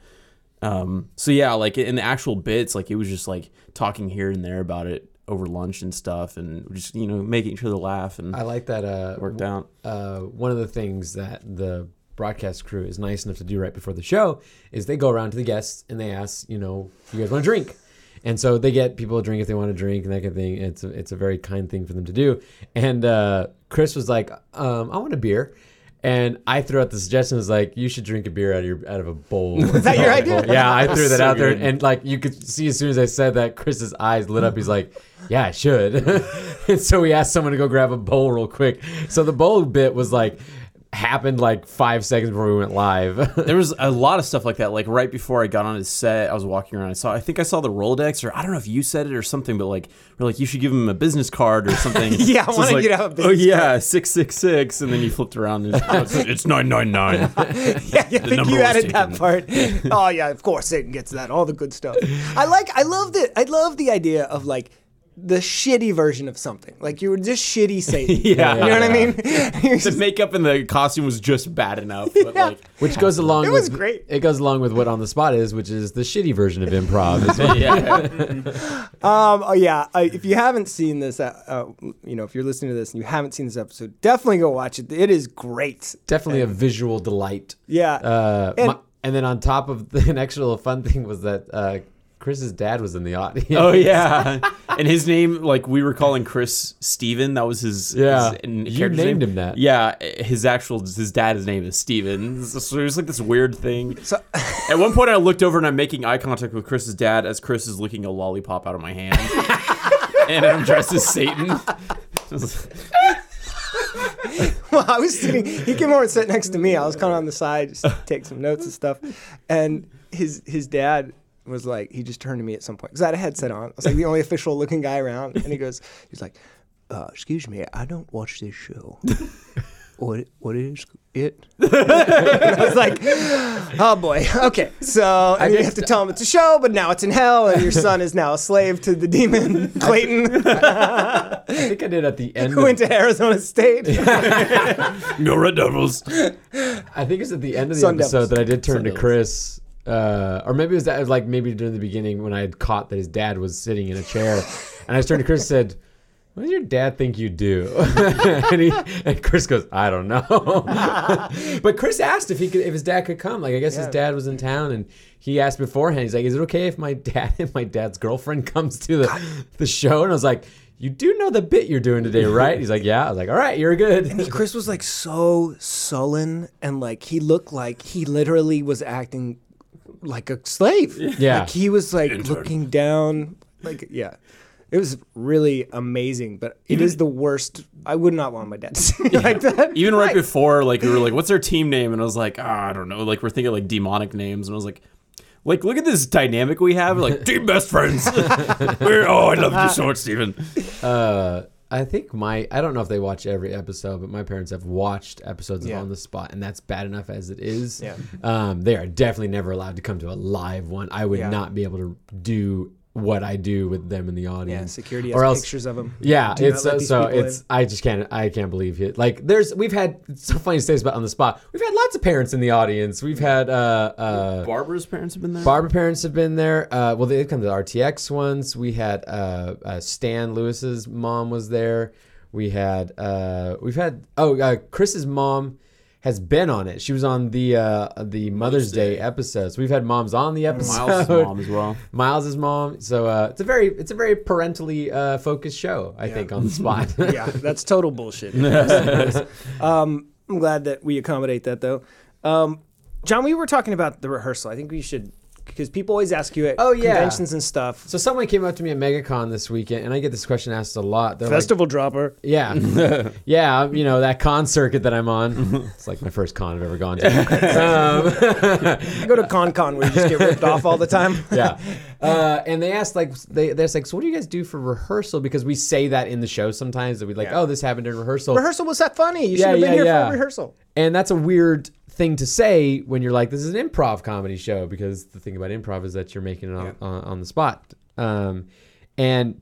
Speaker 7: Um, so yeah, like in the actual bits, like it was just like talking here and there about it over lunch and stuff, and just you know making sure they laugh and
Speaker 1: I like that. Uh,
Speaker 7: worked out.
Speaker 1: uh, one of the things that the broadcast crew is nice enough to do right before the show is they go around to the guests and they ask, you know, you guys want to drink? And so they get people a drink if they want to drink and that kind of thing. It's a, it's a very kind thing for them to do. And uh, Chris was like, um, I want a beer. And I threw out the suggestion was like, you should drink a beer out of your out of a bowl. Is
Speaker 6: that your idea?
Speaker 1: Yeah, Uh, I threw that
Speaker 7: So
Speaker 1: out there,
Speaker 7: good.
Speaker 1: and like you could see as soon as I said that, Chris's eyes lit up. He's like, "Yeah, I should." and so we asked someone to go grab a bowl real quick. So the bowl bit was like happened like five seconds before we went live.
Speaker 7: There was a lot of stuff like that. Like right before I got on his set, I was walking around. I saw, I think I saw the Rolodex, or I don't know if you said it or something, but like we're like, you should give him a business card or something.
Speaker 6: Yeah, I
Speaker 7: it's
Speaker 6: wanted
Speaker 7: like,
Speaker 6: you to have a
Speaker 7: Oh
Speaker 6: business
Speaker 7: yeah, six six six, and then you flipped around. and It's, it's nine nine nine.
Speaker 6: yeah, yeah, I think
Speaker 7: number
Speaker 6: you
Speaker 7: was
Speaker 6: added that
Speaker 7: taken.
Speaker 6: part. oh yeah, of course Satan gets that, all the good stuff. I like, I love the, I love the idea of like the shitty version of something. Like you were just shitty Satan.
Speaker 7: Yeah.
Speaker 6: you know what I mean. You're
Speaker 7: The
Speaker 6: just-
Speaker 7: makeup and the costume was just bad enough. But
Speaker 6: Yeah.
Speaker 7: like,
Speaker 1: Which goes along.
Speaker 6: It was
Speaker 1: with,
Speaker 6: great.
Speaker 1: It goes along with what on the spot is, which is the shitty version of improv. It's like,
Speaker 6: Um, oh yeah, uh, if you haven't seen this, uh, uh, you know, if you're listening to this and you haven't seen this episode, definitely go watch it. It is great.
Speaker 1: definitely a visual delight.
Speaker 6: Yeah.
Speaker 1: Uh,
Speaker 6: And-
Speaker 1: my- and then on top of the, an extra fun thing was that uh, Chris's dad was in the audience.
Speaker 7: Oh yeah, and his name like we were calling Chris Steven. That was his
Speaker 1: Yeah.
Speaker 7: his- and
Speaker 1: You
Speaker 7: character's
Speaker 1: named
Speaker 7: name.
Speaker 1: him that.
Speaker 7: Yeah, his actual his dad's name is Steven. So it was like this weird thing.
Speaker 6: So-
Speaker 7: At one point, I looked over and I'm making eye contact with Chris's dad as Chris is licking a lollipop out of my hand, and I'm dressed as Satan.
Speaker 6: well, I was sitting. He came over and sat next to me. I was kind of on the side, just take some notes and stuff. And his his dad was like, he just turned to me at some point because I had a headset on. I was like the only official looking guy around, and he goes, he's like, uh, "Excuse me, I don't watch this show. What what is it?" And I was like, "Oh boy, okay." So and you have to tell him it's a show, but now it's in hell, and your son is now a slave to the demon Clayton,
Speaker 1: I think I did at the end.
Speaker 6: who
Speaker 1: Of,
Speaker 6: went to Arizona State.
Speaker 7: No red devils.
Speaker 1: I think it was at the end of the
Speaker 6: Sun
Speaker 1: episode
Speaker 6: Devils.
Speaker 1: that I did turn
Speaker 7: Sun
Speaker 1: to
Speaker 7: Devils.
Speaker 1: Chris, uh, or maybe it was that, like maybe during the beginning when I had caught that his dad was sitting in a chair, and I just turned to Chris and said. What does your dad think you do? and, he, and Chris goes, I don't know. but Chris asked if he could, if his dad could come. Like I guess his dad was in town, and he asked beforehand. He's like, "Is it okay if my dad and my dad's girlfriend comes to the the show?" And I was like, "You do know the bit you're doing today, right?" He's like, "Yeah." I was like, "All right, you're good."
Speaker 6: Chris was like so sullen and like he looked like he literally was acting like a slave.
Speaker 1: Yeah.
Speaker 6: Like he was like looking down. Like yeah. It was really amazing, but it is the worst. I would not want my dad to see me like that.
Speaker 7: Even right
Speaker 6: Like,
Speaker 7: before, like we were like, "What's our team name?" And I was like, Ah, "I don't know." Like we're thinking like demonic names, and I was like, "Like look at this dynamic we have. Like team best friends. we're oh, I love you so much, Steven.
Speaker 1: Uh, I think my I don't know if they watch every episode, but my parents have watched episodes
Speaker 6: Yeah.
Speaker 1: of On the Spot, and that's bad enough as it is.
Speaker 6: Yeah.
Speaker 1: Um, they are definitely never allowed to come to a live one. I would
Speaker 6: Yeah.
Speaker 1: not be able to do what I do with them in the audience.
Speaker 6: Yeah, security has
Speaker 1: or else,
Speaker 6: pictures of them.
Speaker 1: Yeah,
Speaker 6: Do not
Speaker 1: it's
Speaker 6: let
Speaker 1: uh,
Speaker 6: these
Speaker 1: so
Speaker 6: people in.
Speaker 1: it's I just can't I can't believe it. Like there's we've had some funny stories about on the spot. We've had lots of parents in the audience. We've had uh uh
Speaker 7: Barbara's parents have been there.
Speaker 1: Barbara parents have been there. Uh, well, they've come to the RTX once. We had uh, uh, Stan Lewis's mom was there. We had uh, we've had oh uh, Chris's mom has been on it. She was on the uh, the Mother's Day episodes. We've had moms on the episode.
Speaker 7: Miles' mom as well.
Speaker 1: Miles's mom. So uh, it's a very it's a very parentally uh, focused show. I think on the spot.
Speaker 6: yeah, that's total bullshit. um, I'm glad that we accommodate that though. Um, John, we were talking about the rehearsal. I think we should because people always ask you at
Speaker 1: Oh, yeah.
Speaker 6: conventions and stuff.
Speaker 1: so someone came up to me at MegaCon this weekend, and I get this question asked a lot. They're like,
Speaker 6: Festival dropper.
Speaker 1: Yeah. yeah, you know, that con circuit that I'm on. It's like my first con I've ever gone to. Um,
Speaker 6: I go to ConCon where you just get ripped off all the time.
Speaker 1: yeah. Uh, and they asked, like, they, they're just like, so what do you guys do for rehearsal? Because we say that in the show sometimes that we like, oh, this happened in rehearsal.
Speaker 6: Rehearsal was that funny.
Speaker 1: Yeah,
Speaker 6: You should have been
Speaker 1: yeah,
Speaker 6: here
Speaker 1: yeah.
Speaker 6: for rehearsal.
Speaker 1: and that's a weird thing to say when you're like, this is an improv comedy show, because the thing about improv is that you're making it on, on, on the spot. Um, and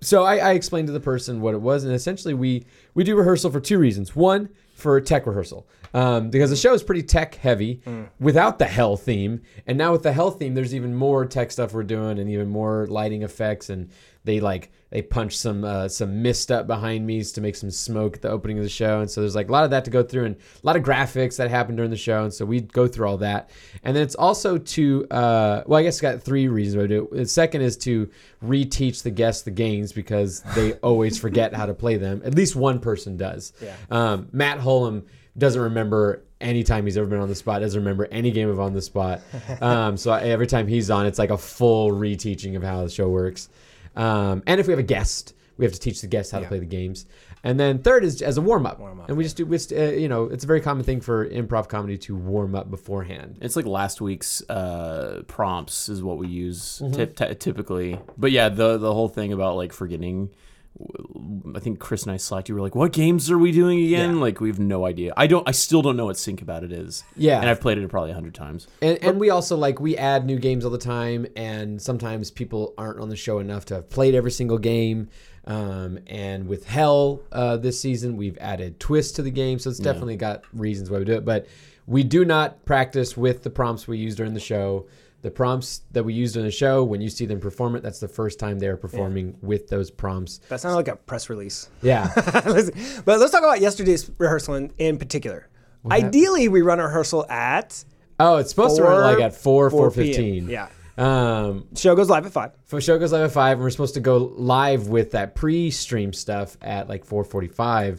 Speaker 1: so I, I explained to the person what it was, and essentially we we do rehearsal for two reasons. One, for tech rehearsal, um, because the show is pretty tech heavy
Speaker 6: Mm.
Speaker 1: without the hell theme, and now with the hell theme, there's even more tech stuff we're doing, and even more lighting effects, and they like they punch some uh, some mist up behind me to make some smoke at the opening of the show, and so there's like a lot of that to go through, and a lot of graphics that happen during the show, and so we go through all that, and then it's also to uh, well, I guess it's got three reasons why we do it. The second is to reteach the guests the games because they always forget how to play them. At least one person does. Yeah. Um, Matt Holm doesn't remember any time he's ever been on the spot. Doesn't remember any game of on the spot. Um, so I, every time he's on, it's like a full reteaching of how the show works. Um, and if we have a guest, we have to teach the guests how to play the games. And then third is as a warm up, and we just do. We just, uh, you know, it's a very common thing for improv comedy to warm up beforehand.
Speaker 7: It's like last week's uh, prompts is what we use typ- ty- typically. But yeah, the the whole thing about like forgetting. w- I think Chris and I slacked. You were like, "What games are we doing again?" Like we have no idea. I don't. I still don't know what Sync About It is.
Speaker 1: Yeah.
Speaker 7: and I've played it probably a hundred times.
Speaker 1: And, and we also like we add new games all the time, and sometimes people aren't on the show enough to have played every single game. Um, and with Hell uh, this season, we've added twists to the game, so it's definitely got reasons why we do it. But we do not practice with the prompts we use during the show. The prompts that we used in the show, when you see them perform it, that's the first time they are performing with those prompts.
Speaker 6: That sounded like a press release.
Speaker 1: Yeah,
Speaker 6: Listen, but let's talk about yesterday's rehearsal in, in particular. Ideally, we run a rehearsal at
Speaker 1: Oh, it's supposed to run like at four, four fifteen.
Speaker 6: PM. Yeah.
Speaker 1: Um,
Speaker 6: Show goes live at five.
Speaker 1: for show goes live at five, and we're supposed to go live with that pre-stream stuff at like four I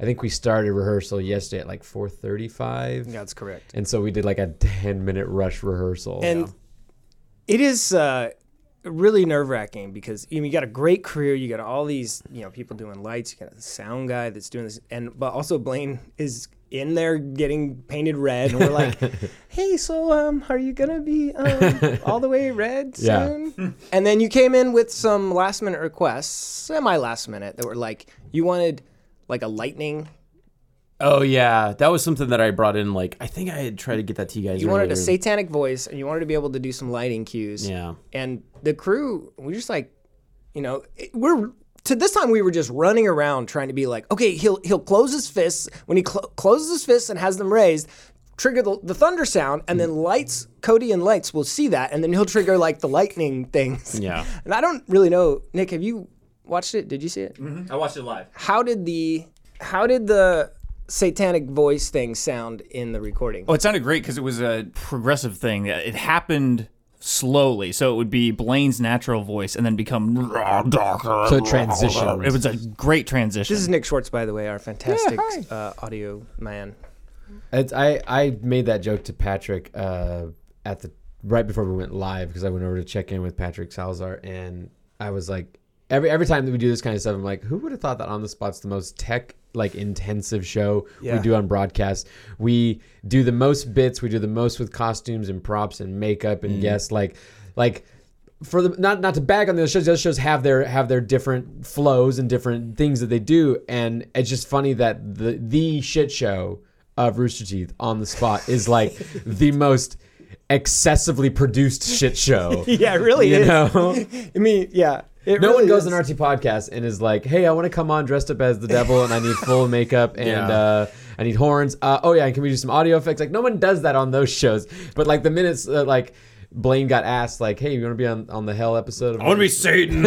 Speaker 1: think we started rehearsal yesterday at like four thirty-five.
Speaker 6: That's correct.
Speaker 1: And so we did like a ten-minute rush rehearsal.
Speaker 6: And it is uh, really nerve wracking because you, know, you got a great career, you got all these you know people doing lights, you got a sound guy that's doing this, and but also Blaine is in there getting painted red, and we're like, hey, so um, are you gonna be um, all the way red
Speaker 1: Yeah.
Speaker 6: soon? and then you came in with some last minute requests, semi last minute, that were like you wanted like a lightning,
Speaker 7: Oh yeah, that was something that I brought in. Like I think I had tried to get that to you guys.
Speaker 6: you wanted
Speaker 7: earlier.
Speaker 6: a satanic voice, and you wanted to be able to do some lighting cues,
Speaker 7: Yeah.
Speaker 6: and the crew we're just like you know it- we're to this time we were just running around trying to be like okay he'll he'll close his fists when he clo closes his fists and has them raised trigger the, the thunder sound and then lights cody and lights will see that and then he'll trigger like the lightning things
Speaker 7: Yeah.
Speaker 6: and i don't really know nick have you watched it did you see it
Speaker 8: I watched it live.
Speaker 6: how did the how did the satanic voice thing sound in the recording
Speaker 8: Oh, it sounded great because it was a progressive thing. It happened slowly, so it would be Blaine's natural voice and then become darker.
Speaker 1: So it transitioned.
Speaker 8: It was a great transition.
Speaker 6: this is nick schwartz by the way our fantastic uh, audio man
Speaker 1: It's, I I made that joke to Patrick uh, at the right before we went live because I went over to check in with Patrick Salzar and I was like every every time that we do this kind of stuff I'm like who would have thought that on the spot's the most tech like intensive show we do on broadcast we do the most bits we do the most with costumes and props and makeup and guests like like for the not not to bag on the other shows, the other shows have their have their different flows and different things that they do, and it's just funny that the the shit show of Rooster Teeth on the spot is like the most excessively produced shit show.
Speaker 6: Yeah, it really
Speaker 1: You
Speaker 6: is.
Speaker 1: know?
Speaker 6: I mean, yeah. It
Speaker 1: No
Speaker 6: really
Speaker 1: one goes
Speaker 6: is.
Speaker 1: in RT podcast and is like, "Hey, I want to come on dressed up as the devil, and I need full makeup, and
Speaker 9: Yeah.
Speaker 1: uh, I need horns. Uh, oh yeah, and can we do some audio effects?" Like no one does that on those shows. But like the minutes uh, like Blaine got asked, like, "Hey, you want to be on, on the Hell episode?" Of
Speaker 4: I want to be Satan.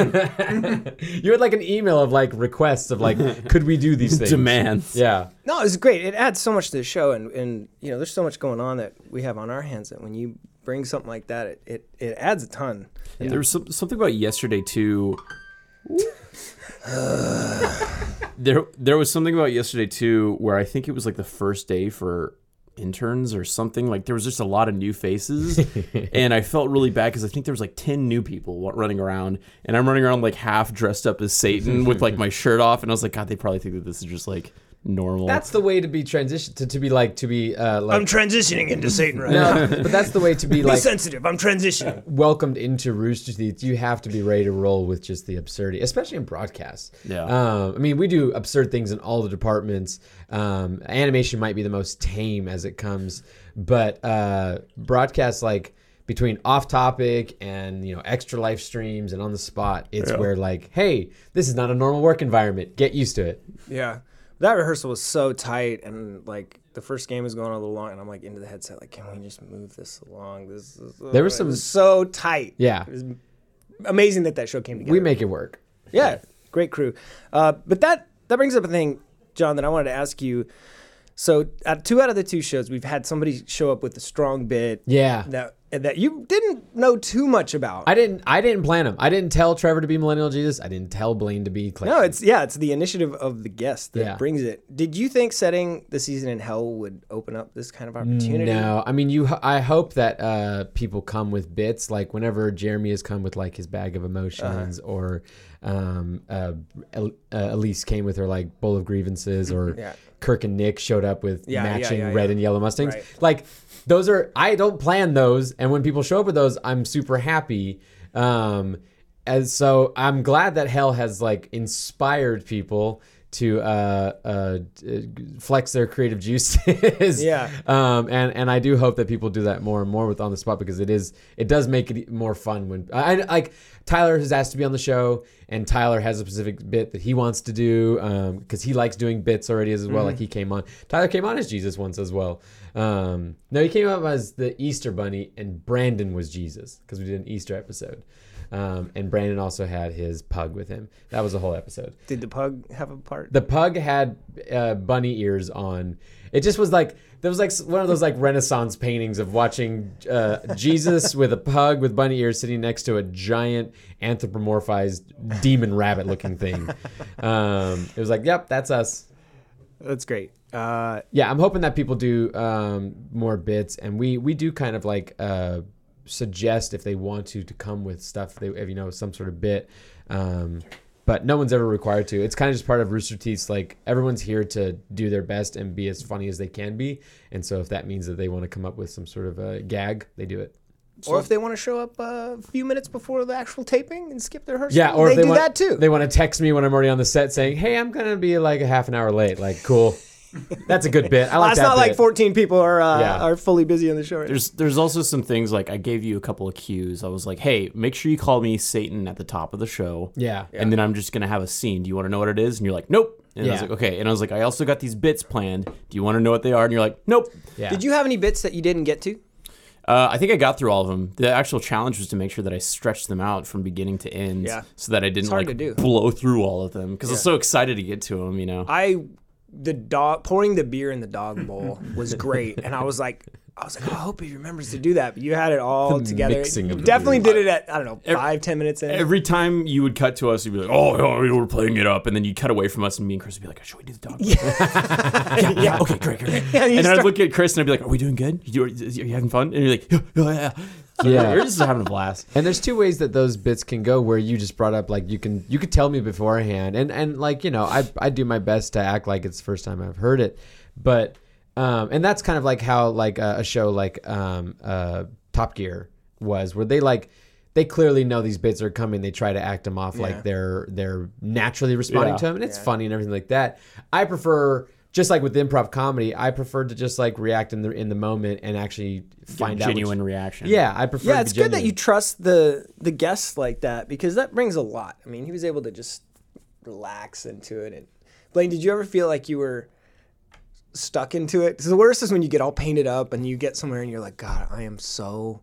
Speaker 1: you had like an email of like requests of like, "Could we do these things?"
Speaker 7: Demands.
Speaker 1: Yeah.
Speaker 6: No, it's great. It adds so much to the show, and, and you know, there's so much going on that we have on our hands that when you bring something like that, it it, it adds a ton.
Speaker 7: There was some, something about yesterday too. there, there was something about yesterday too, where I think it was like the first day for interns or something. Like there was just a lot of new faces, and I felt really bad because I think there was like ten new people wa- running around, and I'm running around like half dressed up as Satan with like my shirt off, and I was like, God, they probably think that this is just like normal.
Speaker 1: That's the way to be transition to, to be like to be uh, like
Speaker 10: I'm transitioning into Satan right now.
Speaker 1: no, but that's the way to be
Speaker 10: Be
Speaker 1: like
Speaker 10: sensitive. I'm transitioning.
Speaker 1: welcomed into Rooster Teeth, you have to be ready to roll with just the absurdity, especially in broadcast.
Speaker 7: Yeah.
Speaker 1: Um, I mean, we do absurd things in all the departments. Um, animation might be the most tame as it comes, but uh, broadcast, like between off topic and you know extra live streams and on the spot, it's where like, hey, this is not a normal work environment. Get used to it.
Speaker 6: Yeah, that rehearsal was so tight, and like the first game was going a little long, and I'm like into the headset, like, can we just move this along? This is uh,
Speaker 1: There was
Speaker 6: it
Speaker 1: some-
Speaker 6: so tight.
Speaker 1: Yeah.
Speaker 6: amazing that that show came together.
Speaker 1: We make it work.
Speaker 6: Yeah, great crew. Uh, but that that brings up a thing, John, that I wanted to ask you. So, at two out of the two shows, we've had somebody show up with a strong bit.
Speaker 1: Yeah.
Speaker 6: That that you didn't know too much about.
Speaker 1: I didn't. I didn't plan them. I didn't tell Trevor to be Millennial Jesus. I didn't tell Blaine to be Clayton.
Speaker 6: no, it's yeah, it's the initiative of the guest that
Speaker 1: Yeah.
Speaker 6: brings it. Did you think setting the season in hell would open up this kind of opportunity?
Speaker 1: No, I mean you. I hope that uh, people come with bits, like whenever Jeremy has come with like his bag of emotions,
Speaker 6: Uh-huh.
Speaker 1: or um, uh, El- uh, Elise came with her like bowl of grievances, or
Speaker 6: Yeah.
Speaker 1: Kirk and Nick showed up with
Speaker 6: Yeah, yeah,
Speaker 1: matching
Speaker 6: yeah,
Speaker 1: red
Speaker 6: yeah.
Speaker 1: and yellow Mustangs.
Speaker 6: Right.
Speaker 1: Like those are. I don't plan those, and when people show up with those, I'm super happy. Um, and so I'm glad that Hell has like inspired people. To uh, uh, d- flex their creative juices,
Speaker 6: Yeah.
Speaker 1: um, and and I do hope that people do that more and more with on the spot because it is it does make it e, more fun when I I- like Tyler has asked to be on the show and Tyler has a specific bit that he wants to do because he likes doing bits already as well. Like he came on Tyler came on as Jesus once as well. Um, no, he came up as the Easter Bunny and Brandon was Jesus because we did an Easter episode. Um, and Brandon also had his pug with him. That was a whole episode
Speaker 6: Did the pug have a part?
Speaker 1: the pug had uh, bunny ears on. It just was like there was like s- one of those like Renaissance paintings of watching uh, Jesus with a pug with bunny ears sitting next to a giant anthropomorphized demon rabbit looking thing. Um, it was like, yep, that's us.
Speaker 6: That's great. Uh,
Speaker 1: Yeah, I'm hoping that people do um, more bits, and we we do kind of like uh, suggest if they want to to come with stuff, they if you know some sort of bit. Um, but no one's ever required to. It's kind of just part of Rooster Teeth's. Like everyone's here to do their best and be as funny as they can be. And so if that means that they want to come up with some sort of a gag, they do it.
Speaker 6: or if they want to show up a few minutes before the actual taping and skip their rehearsal,
Speaker 1: Yeah, or
Speaker 6: they,
Speaker 1: if they
Speaker 6: do
Speaker 1: want,
Speaker 6: that too.
Speaker 1: They want to text me when I'm already on the set saying, "Hey, I'm gonna be like a half an hour late." Like, cool. That's a good bit. I like
Speaker 6: Well, it's
Speaker 1: that
Speaker 6: not like
Speaker 1: bit.
Speaker 6: 14 people are uh,
Speaker 1: Yeah.
Speaker 6: are fully busy on the show. Right now.
Speaker 7: There's there's also some things like I gave you a couple of cues. I was like, hey, make sure you call me Satan at the top of the show.
Speaker 1: Yeah.
Speaker 7: And then I'm just gonna have a scene. Do you want to know what it is? And you're like, nope. And I was
Speaker 1: Yeah.
Speaker 7: like, okay. And I was like, I also got these bits planned. Do you want to know what they are? And you're like, nope.
Speaker 1: Yeah.
Speaker 6: Did you have any bits that you didn't get to?
Speaker 7: Uh, I think I got through all of them. The actual challenge was to make sure that I stretched them out from beginning to end,
Speaker 6: Yeah.
Speaker 7: so that I didn't
Speaker 6: hard
Speaker 7: like
Speaker 6: to do.
Speaker 7: blow through all of them because I was so excited to get to them. You know.
Speaker 6: I the dog pouring the beer in the dog bowl was great, and I was like, I was like, "Oh, I hope he remembers to do that. But you had it all together.
Speaker 1: mixing of the
Speaker 6: Definitely did it at I don't know five ten minutes in.
Speaker 7: Every time you would cut to us, you'd be like, "Oh, oh, you we're playing it up," and then you cut away from us, and me and Chris would be like, "Should we do the dog?" Yeah, yeah, yeah. okay, great, great, great.
Speaker 6: you
Speaker 7: and then I'd
Speaker 6: start-
Speaker 7: look at Chris, and I'd be like, "Are we doing good? You, are, you having fun?" And you're like, "Yeah, yeah." yeah."
Speaker 1: Yeah.
Speaker 7: you're just having a blast.
Speaker 1: And there's two ways that those bits can go where you just brought up like you can you could tell me beforehand and and like you know I I do my best to act like it's the first time I've heard it but um and that's kind of like how like a, a show like um uh Top Gear was where they like they clearly know these bits are coming they try to act them off like they're they're naturally responding to them and it's funny and everything like that I prefer just like with improv comedy, I prefer to just like react in the in the moment and actually find out. what
Speaker 7: genuine
Speaker 1: you-
Speaker 7: reaction.
Speaker 1: Yeah, I prefer.
Speaker 6: yeah,
Speaker 1: to
Speaker 6: it's
Speaker 1: be
Speaker 6: good that
Speaker 1: genuine.
Speaker 6: you trust the the guests like that because that brings a lot. I mean, he was able to just relax into it. And Blaine, did you ever feel like you were stuck into it? 'Cause the worst is when you get all painted up and you get somewhere and you're like, God, I am so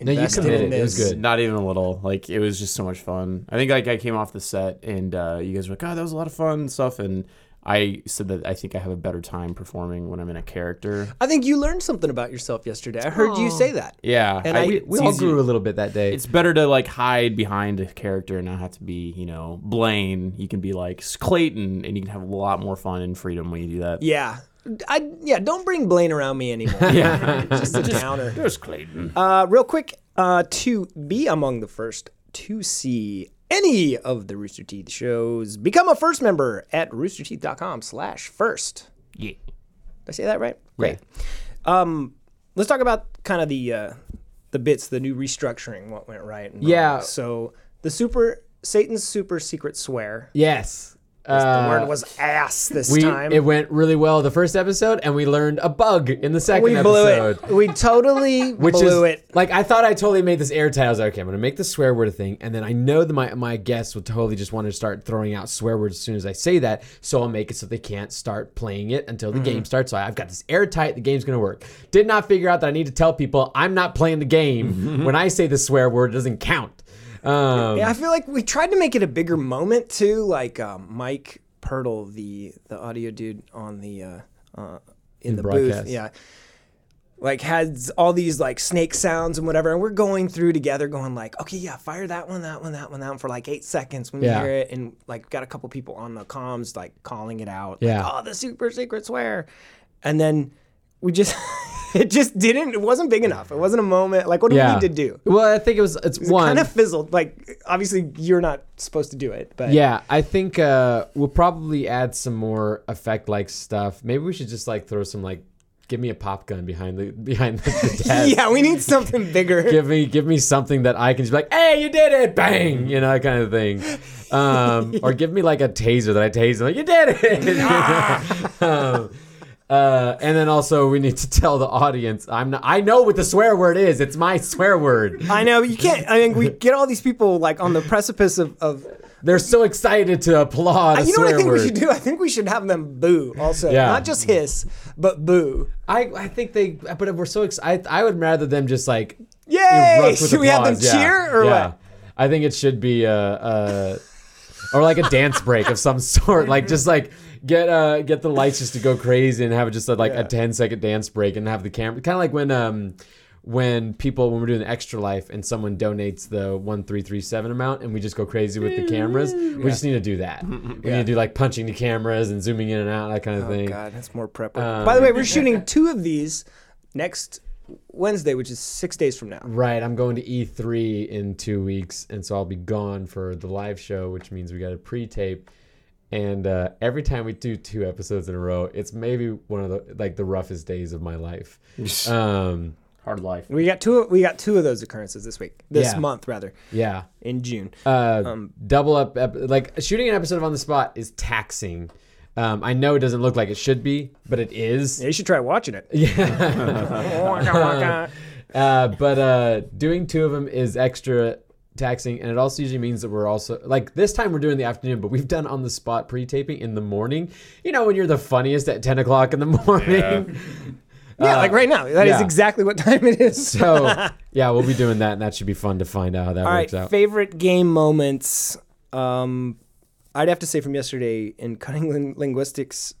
Speaker 1: No, you
Speaker 6: invested in
Speaker 1: committed. It was
Speaker 6: this.
Speaker 1: good.
Speaker 7: Not even a little. Like it was just so much fun. I think like I came off the set and uh, you guys were like, "Oh, that was a lot of fun and stuff." And I said that I think I have a better time performing when I'm in a character.
Speaker 6: I think you learned something about yourself yesterday. I heard you say that.
Speaker 7: Yeah,
Speaker 6: And
Speaker 7: I-
Speaker 6: I,
Speaker 1: We,
Speaker 6: it's
Speaker 1: we all
Speaker 6: easy-
Speaker 1: grew a little bit that day.
Speaker 7: It's better to like hide behind a character and not have to be, you know, Blaine. You can be like Clayton, and you can have a lot more fun and freedom when you do that.
Speaker 6: Yeah. I yeah, don't bring Blaine around me anymore. yeah. Just a downer.
Speaker 7: There's Clayton.
Speaker 6: Uh, real quick, uh, to be among the first to see any of the Rooster Teeth shows, become a first member at roosterteeth.com slash first.
Speaker 7: Yeah.
Speaker 6: Did I say that right? Great. Um, let's talk about kind of the uh, the bits, the new restructuring, what went right. and wrong.
Speaker 1: Yeah.
Speaker 6: So the super Satan's super secret swear.
Speaker 1: yes. Uh,
Speaker 6: the word was ass this
Speaker 1: we,
Speaker 6: time.
Speaker 1: It went really well the first episode, and we learned a bug in the second
Speaker 6: we blew
Speaker 1: episode.
Speaker 6: it. We totally
Speaker 1: Which
Speaker 6: blew
Speaker 1: is
Speaker 6: it.
Speaker 1: like I thought I totally made this airtight. I was like, okay, I'm gonna make the swear word a thing, and then I know that my my guests will totally just want to start throwing out swear words as soon as I say that. So I'll make it so they can't start playing it until the
Speaker 6: Mm-hmm.
Speaker 1: game starts. So I've got this airtight. The game's gonna work. Did not figure out that I need to tell people I'm not playing the
Speaker 6: Mm-hmm.
Speaker 1: game when I say the swear word. It doesn't count. Um,
Speaker 6: Yeah, I feel like we tried to make it a bigger moment too. Like um, Mike Pirtle, the the audio dude on the uh, uh, in, the
Speaker 1: broadcast.
Speaker 6: booth, yeah, like has all these like snake sounds and whatever, and we're going through together, going like, okay, yeah, fire that one, that one, that one, that one for like eight seconds when
Speaker 1: Yeah.
Speaker 6: you hear it, and like got a couple people on the comms like calling it out, like,
Speaker 1: Yeah.
Speaker 6: oh, the super secret swear, and then we just. It just didn't. It wasn't big enough. It wasn't a moment. Like, what do we
Speaker 1: Yeah.
Speaker 6: need to do?
Speaker 1: Well, I think it was it's
Speaker 6: It
Speaker 1: one
Speaker 6: kind of fizzled. Like obviously you're not supposed to do it, but
Speaker 1: Yeah, I think uh, we'll probably add some more effect like stuff. Maybe we should just like throw some like give me a pop gun behind the behind the, the desk.
Speaker 6: yeah, we need something bigger.
Speaker 1: Give me give me something that I can just be like, hey, you did it, bang, you know, that kind of thing. Um, or give me like a taser that I tase, like you did it. you
Speaker 6: Ah.
Speaker 1: know? um, uh, and then also we need to tell the audience I'm not, I know what the swear word is. It's my swear word.
Speaker 6: I know you can't. I mean, we get all these people like on the precipice of. of
Speaker 1: They're so excited to applaud.
Speaker 6: Uh,
Speaker 1: a
Speaker 6: you know what I
Speaker 1: swear
Speaker 6: think
Speaker 1: word.
Speaker 6: we should do? I think we should have them boo also,
Speaker 1: Yeah.
Speaker 6: not just hiss, but boo.
Speaker 1: I, I think they, but we're so excited. I would rather them just like,
Speaker 6: Yay!
Speaker 1: erupt with
Speaker 6: Should we have them
Speaker 1: applause. Yeah.
Speaker 6: cheer or
Speaker 1: Yeah.
Speaker 6: what?
Speaker 1: I think it should be uh, uh, or like a dance break of some sort. Like just like get uh get the lights just to go crazy and have it just like a 10 second dance break and have the camera kind of like when um when people when we're doing extra life and someone donates the 1337 amount and we just go crazy with the cameras we just need to do that we need to do like punching the cameras and zooming in and out that kind of thing
Speaker 6: God, that's more prep. work.
Speaker 1: Um,
Speaker 6: By the way, we're shooting two of these next Wednesday, which is six days from now.
Speaker 1: Right, I'm going to E3 in two weeks, and so I'll be gone for the live show, which means we got to pre-tape. And uh, every time we do two episodes in a row, it's maybe one of the like the roughest days of my life. um,
Speaker 7: Hard life.
Speaker 6: We got two. We got two of those occurrences this week, this
Speaker 1: Yeah.
Speaker 6: month rather,
Speaker 1: yeah,
Speaker 6: in June.
Speaker 1: uh, double up, ep- like shooting an episode of on the spot is taxing. Um, I know it doesn't look like it should be, but it is.
Speaker 6: Yeah, you should try watching it. Yeah.
Speaker 1: uh, but uh, doing two of them is extra taxing, and it also usually means that we're also like this time we're doing the afternoon, but we've done on the spot pre-taping in the morning. You know when you're the funniest at ten o'clock in the morning.
Speaker 6: Uh, yeah, like right now. That is
Speaker 1: yeah.
Speaker 6: exactly what time it is.
Speaker 1: so yeah, we'll be doing that, and that should be fun to find out how that
Speaker 6: All right,
Speaker 1: works out.
Speaker 6: favorite game moments. Um, I'd have to say from yesterday in cutting lin- linguistics,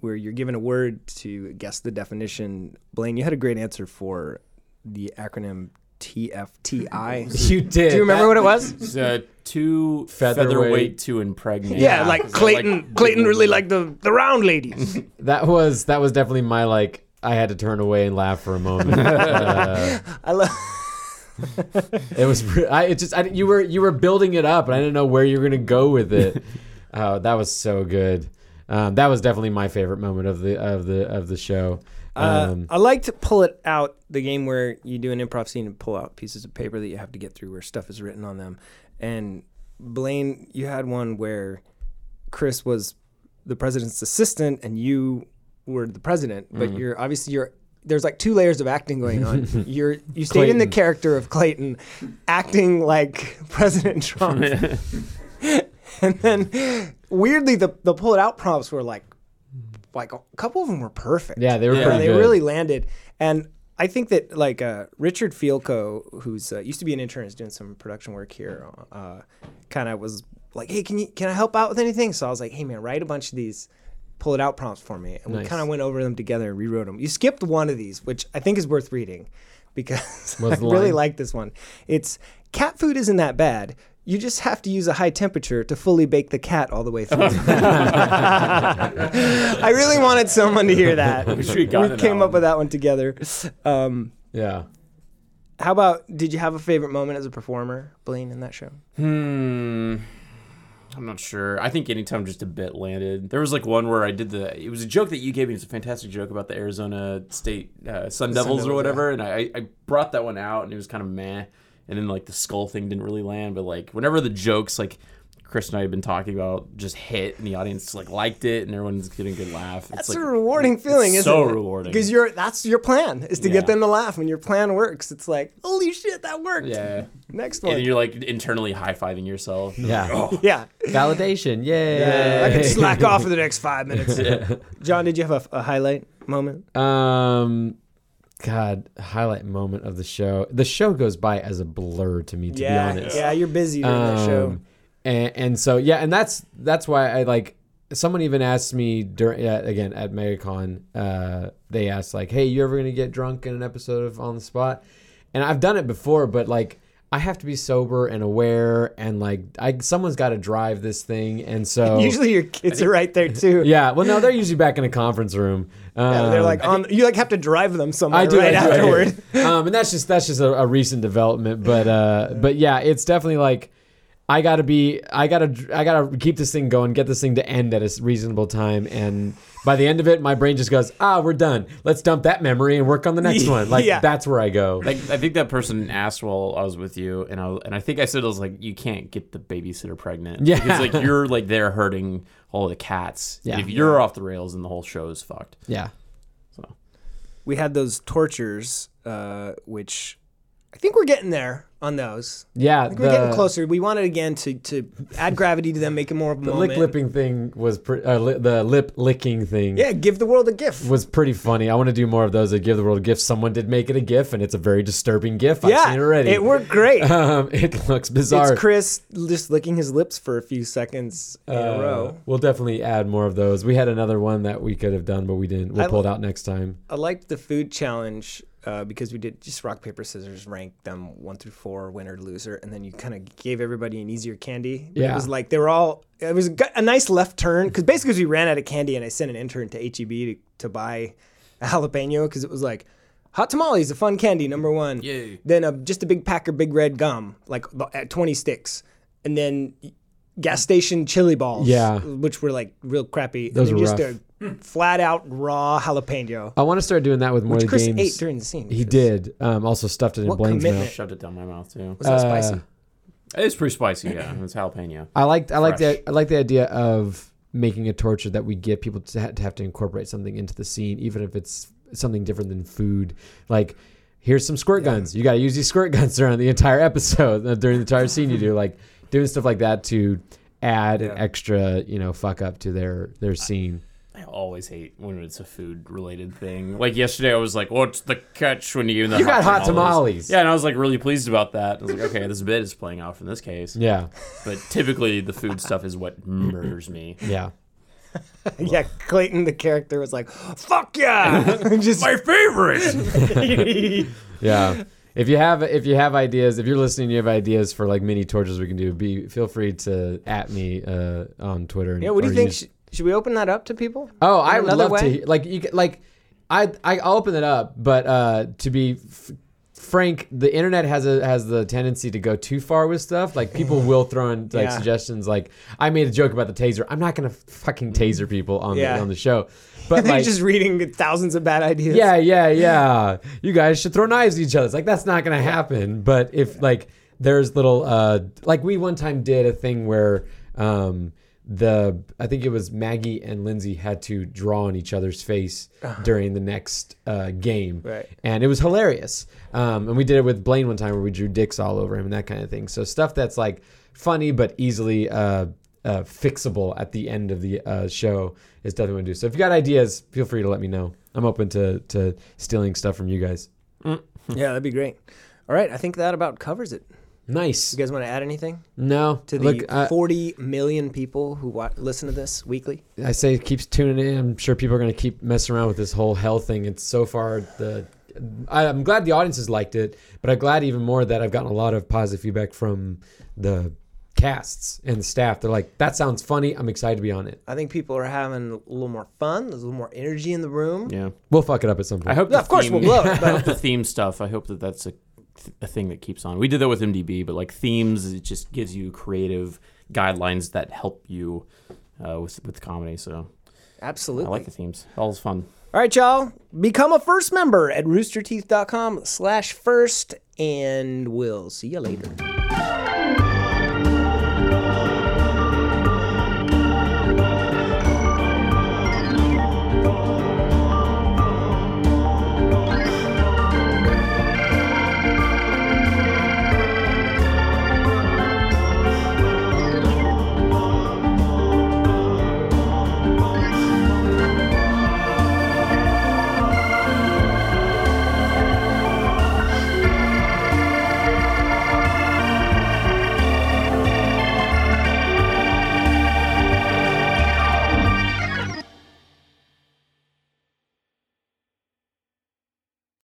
Speaker 6: where you're given a word to guess the definition. Blaine, you had a great answer for the acronym TFTI.
Speaker 1: you did.
Speaker 6: Do you remember what it was?
Speaker 7: It's, uh, two
Speaker 1: Featherweight.
Speaker 7: featherweight, to impregnate.
Speaker 11: Yeah, like Clayton. Clayton really liked the the round ladies.
Speaker 1: That was that was definitely my like. I had to turn away and laugh for a moment. Uh,
Speaker 6: I love.
Speaker 1: it
Speaker 6: Hmm.
Speaker 1: was. pre- I it just. I, you were you were building it up, and I didn't know where you were gonna go with it. oh, that was so good. Um, that was definitely my favorite moment of the of the of the show.
Speaker 6: Uh,
Speaker 1: Um,
Speaker 6: I like to pull it out the game where you do an improv scene and pull out pieces of paper that you have to get through where stuff is written on them. And Blaine, you had one where Chris was the president's assistant and you were the president, but
Speaker 12: Mhm.
Speaker 6: you're obviously you're there's like two layers of acting going on. You're you stayed in the
Speaker 12: Clayton.
Speaker 6: character of Clayton, acting like President Trump. and then weirdly the the pull it out prompts were like like a couple of them were perfect.
Speaker 1: Yeah, they were pretty
Speaker 6: They
Speaker 1: good.
Speaker 6: really landed. And I think that like uh, Richard Fielko, who's uh, used to be an intern, is doing some production work here. Uh, kind of was like, "Hey, can you can I help out with anything?" So I was like, "Hey, man, write a bunch of these, pull it out prompts for me." And we
Speaker 1: Nice.
Speaker 6: kind of went over them together and rewrote them. You skipped one of these, which I think is worth reading because I
Speaker 1: What's the
Speaker 6: really
Speaker 1: line?
Speaker 6: like this one. It's cat food isn't that bad. You just have to use a high temperature to fully bake the cat all the way through. I really wanted someone to hear that.
Speaker 1: We should've gotten that
Speaker 6: came up with that one together. Um,
Speaker 1: Yeah.
Speaker 6: how about? Did you have a favorite moment as a performer, Blaine, in that show?
Speaker 7: Hmm. I'm not sure. I think anytime just a bit landed. There was like one where I did the. It was a joke that you gave me. It's a fantastic joke about the Arizona State uh, Sun
Speaker 1: Sun
Speaker 7: Devils or
Speaker 1: Devils,
Speaker 7: whatever. And I, I brought that one out, and it was kind of meh. And then like the skull thing didn't really land. But like whenever the jokes like Chris and I have been talking about just hit, and the audience like liked it, and everyone's getting a good laugh.
Speaker 6: That's
Speaker 7: it's
Speaker 6: a
Speaker 7: like
Speaker 6: rewarding feeling,
Speaker 7: it's
Speaker 6: isn't
Speaker 7: so
Speaker 6: it?
Speaker 7: rewarding.
Speaker 6: Because you're that's your plan is to
Speaker 7: Yeah.
Speaker 6: get them to laugh. When your plan works, it's like, holy shit, that worked.
Speaker 7: yeah.
Speaker 6: Next
Speaker 7: And
Speaker 6: one.
Speaker 7: then you're like internally high fiving yourself.
Speaker 1: Yeah.
Speaker 7: Oh.
Speaker 6: Yeah.
Speaker 1: Validation. Yay.
Speaker 6: Yeah, I can slack off for the next five minutes.
Speaker 1: Yeah.
Speaker 6: John, did you have a, a highlight moment?
Speaker 1: Um, God, highlight moment of the show. The show goes by as a blur to me, to
Speaker 6: Yeah,
Speaker 1: be honest.
Speaker 6: yeah, you're busy during that show.
Speaker 1: And, and so yeah, and that's that's why I like. Someone even asked me during yeah, again at MegaCon. Uh, they asked like, "Hey, you ever gonna get drunk in an episode of On the Spot?" And I've done it before, but like I have to be sober and aware, and like I someone's got to drive this thing, and so
Speaker 6: Usually your kids are right there too.
Speaker 1: Um, yeah. Well, no, they're usually back in a conference room.
Speaker 6: Yeah, they're
Speaker 1: Um,
Speaker 6: like on. You like have to drive them somewhere
Speaker 1: I do
Speaker 6: right
Speaker 1: I do, I do.
Speaker 6: afterward.
Speaker 1: um, and that's just that's just a, a recent development, but uh, but yeah, it's definitely like I gotta be, I gotta, I gotta keep this thing going, get this thing to end at a s- reasonable time, and by the end of it, my brain just goes, ah, we're done. Let's dump that memory and work on the next one. Like
Speaker 7: Yeah.
Speaker 1: that's where I go.
Speaker 7: Like I think that person asked while I was with you, and I and I think I said I was like, you can't get the babysitter pregnant.
Speaker 1: Yeah.
Speaker 7: because like you're like there hurting all the cats.
Speaker 1: Yeah.
Speaker 7: if you're off the rails, and the whole show is fucked.
Speaker 1: yeah.
Speaker 6: we had those tortures, uh, which I think we're getting there on those.
Speaker 1: Yeah,
Speaker 6: I think we're getting
Speaker 1: the-
Speaker 6: closer. We wanted again to to add gravity to them, make it more of a
Speaker 1: The
Speaker 6: moment.
Speaker 1: lip lipping thing was pre- uh, li- the lip licking thing.
Speaker 6: Yeah, give the world a gift.
Speaker 1: was pretty funny. I want to do more of those. That give the world a gift. Someone did make it a gif, and it's a very disturbing gif. I've
Speaker 6: yeah,
Speaker 1: seen it already.
Speaker 6: it worked great.
Speaker 1: Um, it looks bizarre.
Speaker 6: It's Chris just licking his lips for a few seconds in a
Speaker 1: Uh,
Speaker 6: row.
Speaker 1: We'll definitely add more of those. We had another one that we could have done, but we didn't. We'll
Speaker 6: I
Speaker 1: pull it
Speaker 6: li-
Speaker 1: out next time.
Speaker 6: I liked the food challenge uh, because we did just rock paper scissors, rank them one through four, winner loser, and then you kind of gave everybody an easier candy. But It
Speaker 1: Yeah.
Speaker 6: was like they were all. It was a, gu- a nice left turn because basically 'cause we ran out of candy, and I sent an intern to HEB to, to buy a jalapeno because it was like. Hot tamales, a fun candy, number one.
Speaker 7: Yay.
Speaker 6: Then a, just a big pack of big red gum, like the- at 20 sticks. And then gas station chili balls,
Speaker 1: Yeah.
Speaker 6: which were like real crappy. And
Speaker 1: Those
Speaker 6: then
Speaker 1: were
Speaker 6: just
Speaker 1: rough.
Speaker 6: a flat out raw jalapeno.
Speaker 1: I want to start doing that with more
Speaker 6: Which
Speaker 1: of the
Speaker 6: Chris
Speaker 1: games.
Speaker 6: ate during the scene,
Speaker 1: He
Speaker 6: which is-
Speaker 1: did. Um, also stuffed it in
Speaker 6: What
Speaker 1: Blaine's
Speaker 7: I
Speaker 6: commitment.
Speaker 1: mouth.
Speaker 7: shoved it down my mouth too.
Speaker 6: Was that spicy?
Speaker 1: Uh,
Speaker 7: It's pretty spicy. Yeah, it's jalapeno.
Speaker 1: I liked. I like
Speaker 7: Fresh.
Speaker 1: the. I like the idea of making a torture that we get people to, ha- to have to incorporate something into the scene, even if it's something different than food. Like, here's some squirt guns. You got to use these squirt guns during the entire episode, uh, during the entire scene. You do like doing stuff like that to add an extra, you know, fuck up to their their scene.
Speaker 7: I always hate when it's a food related thing. Like yesterday, I was like, "What's the catch when you?" eat The
Speaker 1: You got hot tamales.
Speaker 7: Yeah, and I was like really pleased about that. I was like, "Okay, this bit is playing off in this case."
Speaker 1: Yeah.
Speaker 7: but typically the food stuff is what murders me.
Speaker 1: Yeah.
Speaker 6: yeah, Clayton, the character, was like, fuck yeah! just My
Speaker 7: favorite!
Speaker 1: yeah. If you have if you have ideas, if you're listening, you have ideas for like mini tortures we can do. Be feel free to at me uh, on Twitter. and-
Speaker 6: yeah, what do
Speaker 1: or
Speaker 6: you think?
Speaker 1: use-
Speaker 6: Sh- should we open that up to people?
Speaker 1: Oh,
Speaker 6: In
Speaker 1: I would
Speaker 6: another
Speaker 1: love to
Speaker 6: way?
Speaker 1: hear, like you could- like I I- I'll open it up, but uh, to be f- frank, the internet has a has the tendency to go too far with stuff. Like people will throw in like
Speaker 6: Yeah.
Speaker 1: suggestions. Like I made a joke about the taser. I'm not gonna fucking taser people on
Speaker 6: Yeah.
Speaker 1: the, on the show, but
Speaker 6: You're
Speaker 1: like.
Speaker 6: just reading thousands of bad ideas.
Speaker 1: yeah, yeah, yeah. You guys should throw knives at each other. It's like that's not gonna happen. But if like there's little uh like we one time did a thing where um the I think it was Maggie and Lindsay had to draw on each other's face during the next uh, game,
Speaker 6: Right.
Speaker 1: and it was hilarious. Um, and we did it with Blaine one time where we drew dicks all over him and that kind of thing. So stuff that's like funny but easily uh, uh, fixable at the end of the uh, show is definitely what I do. So if you got ideas, feel free to let me know. I'm open to to stealing stuff from you guys.
Speaker 6: yeah, that'd be great. All right, I think that about covers it.
Speaker 1: Nice.
Speaker 6: You guys want to add anything
Speaker 1: No,
Speaker 6: to the
Speaker 1: look, uh, I-
Speaker 6: 40 million people who wa- listen to this weekly?
Speaker 1: I say keeps tuning in. I'm sure people are going to keep messing around with this whole hell thing. It's so far the. I, I'm glad the audience has liked it, but I'm glad even more that I've gotten a lot of positive feedback from the casts and the staff. They're like, "That sounds funny. I'm excited to be on it."
Speaker 6: I think people are having a little more fun. There's a little more energy in the room.
Speaker 7: Yeah.
Speaker 1: We'll fuck it up at some point.
Speaker 7: I hope.
Speaker 6: Yeah,
Speaker 7: the
Speaker 6: of course
Speaker 7: theme-
Speaker 6: we'll blow it,
Speaker 7: I hope the theme stuff. I hope that that's a, th- a thing that keeps on. We did that with MDB, but like themes, it just gives you creative guidelines that help you uh, with with comedy. So
Speaker 6: Absolutely.
Speaker 7: I like the themes. All's fun.
Speaker 6: All right, y'all. Become a first member at roosterteeth.com slash first, and we'll see you later.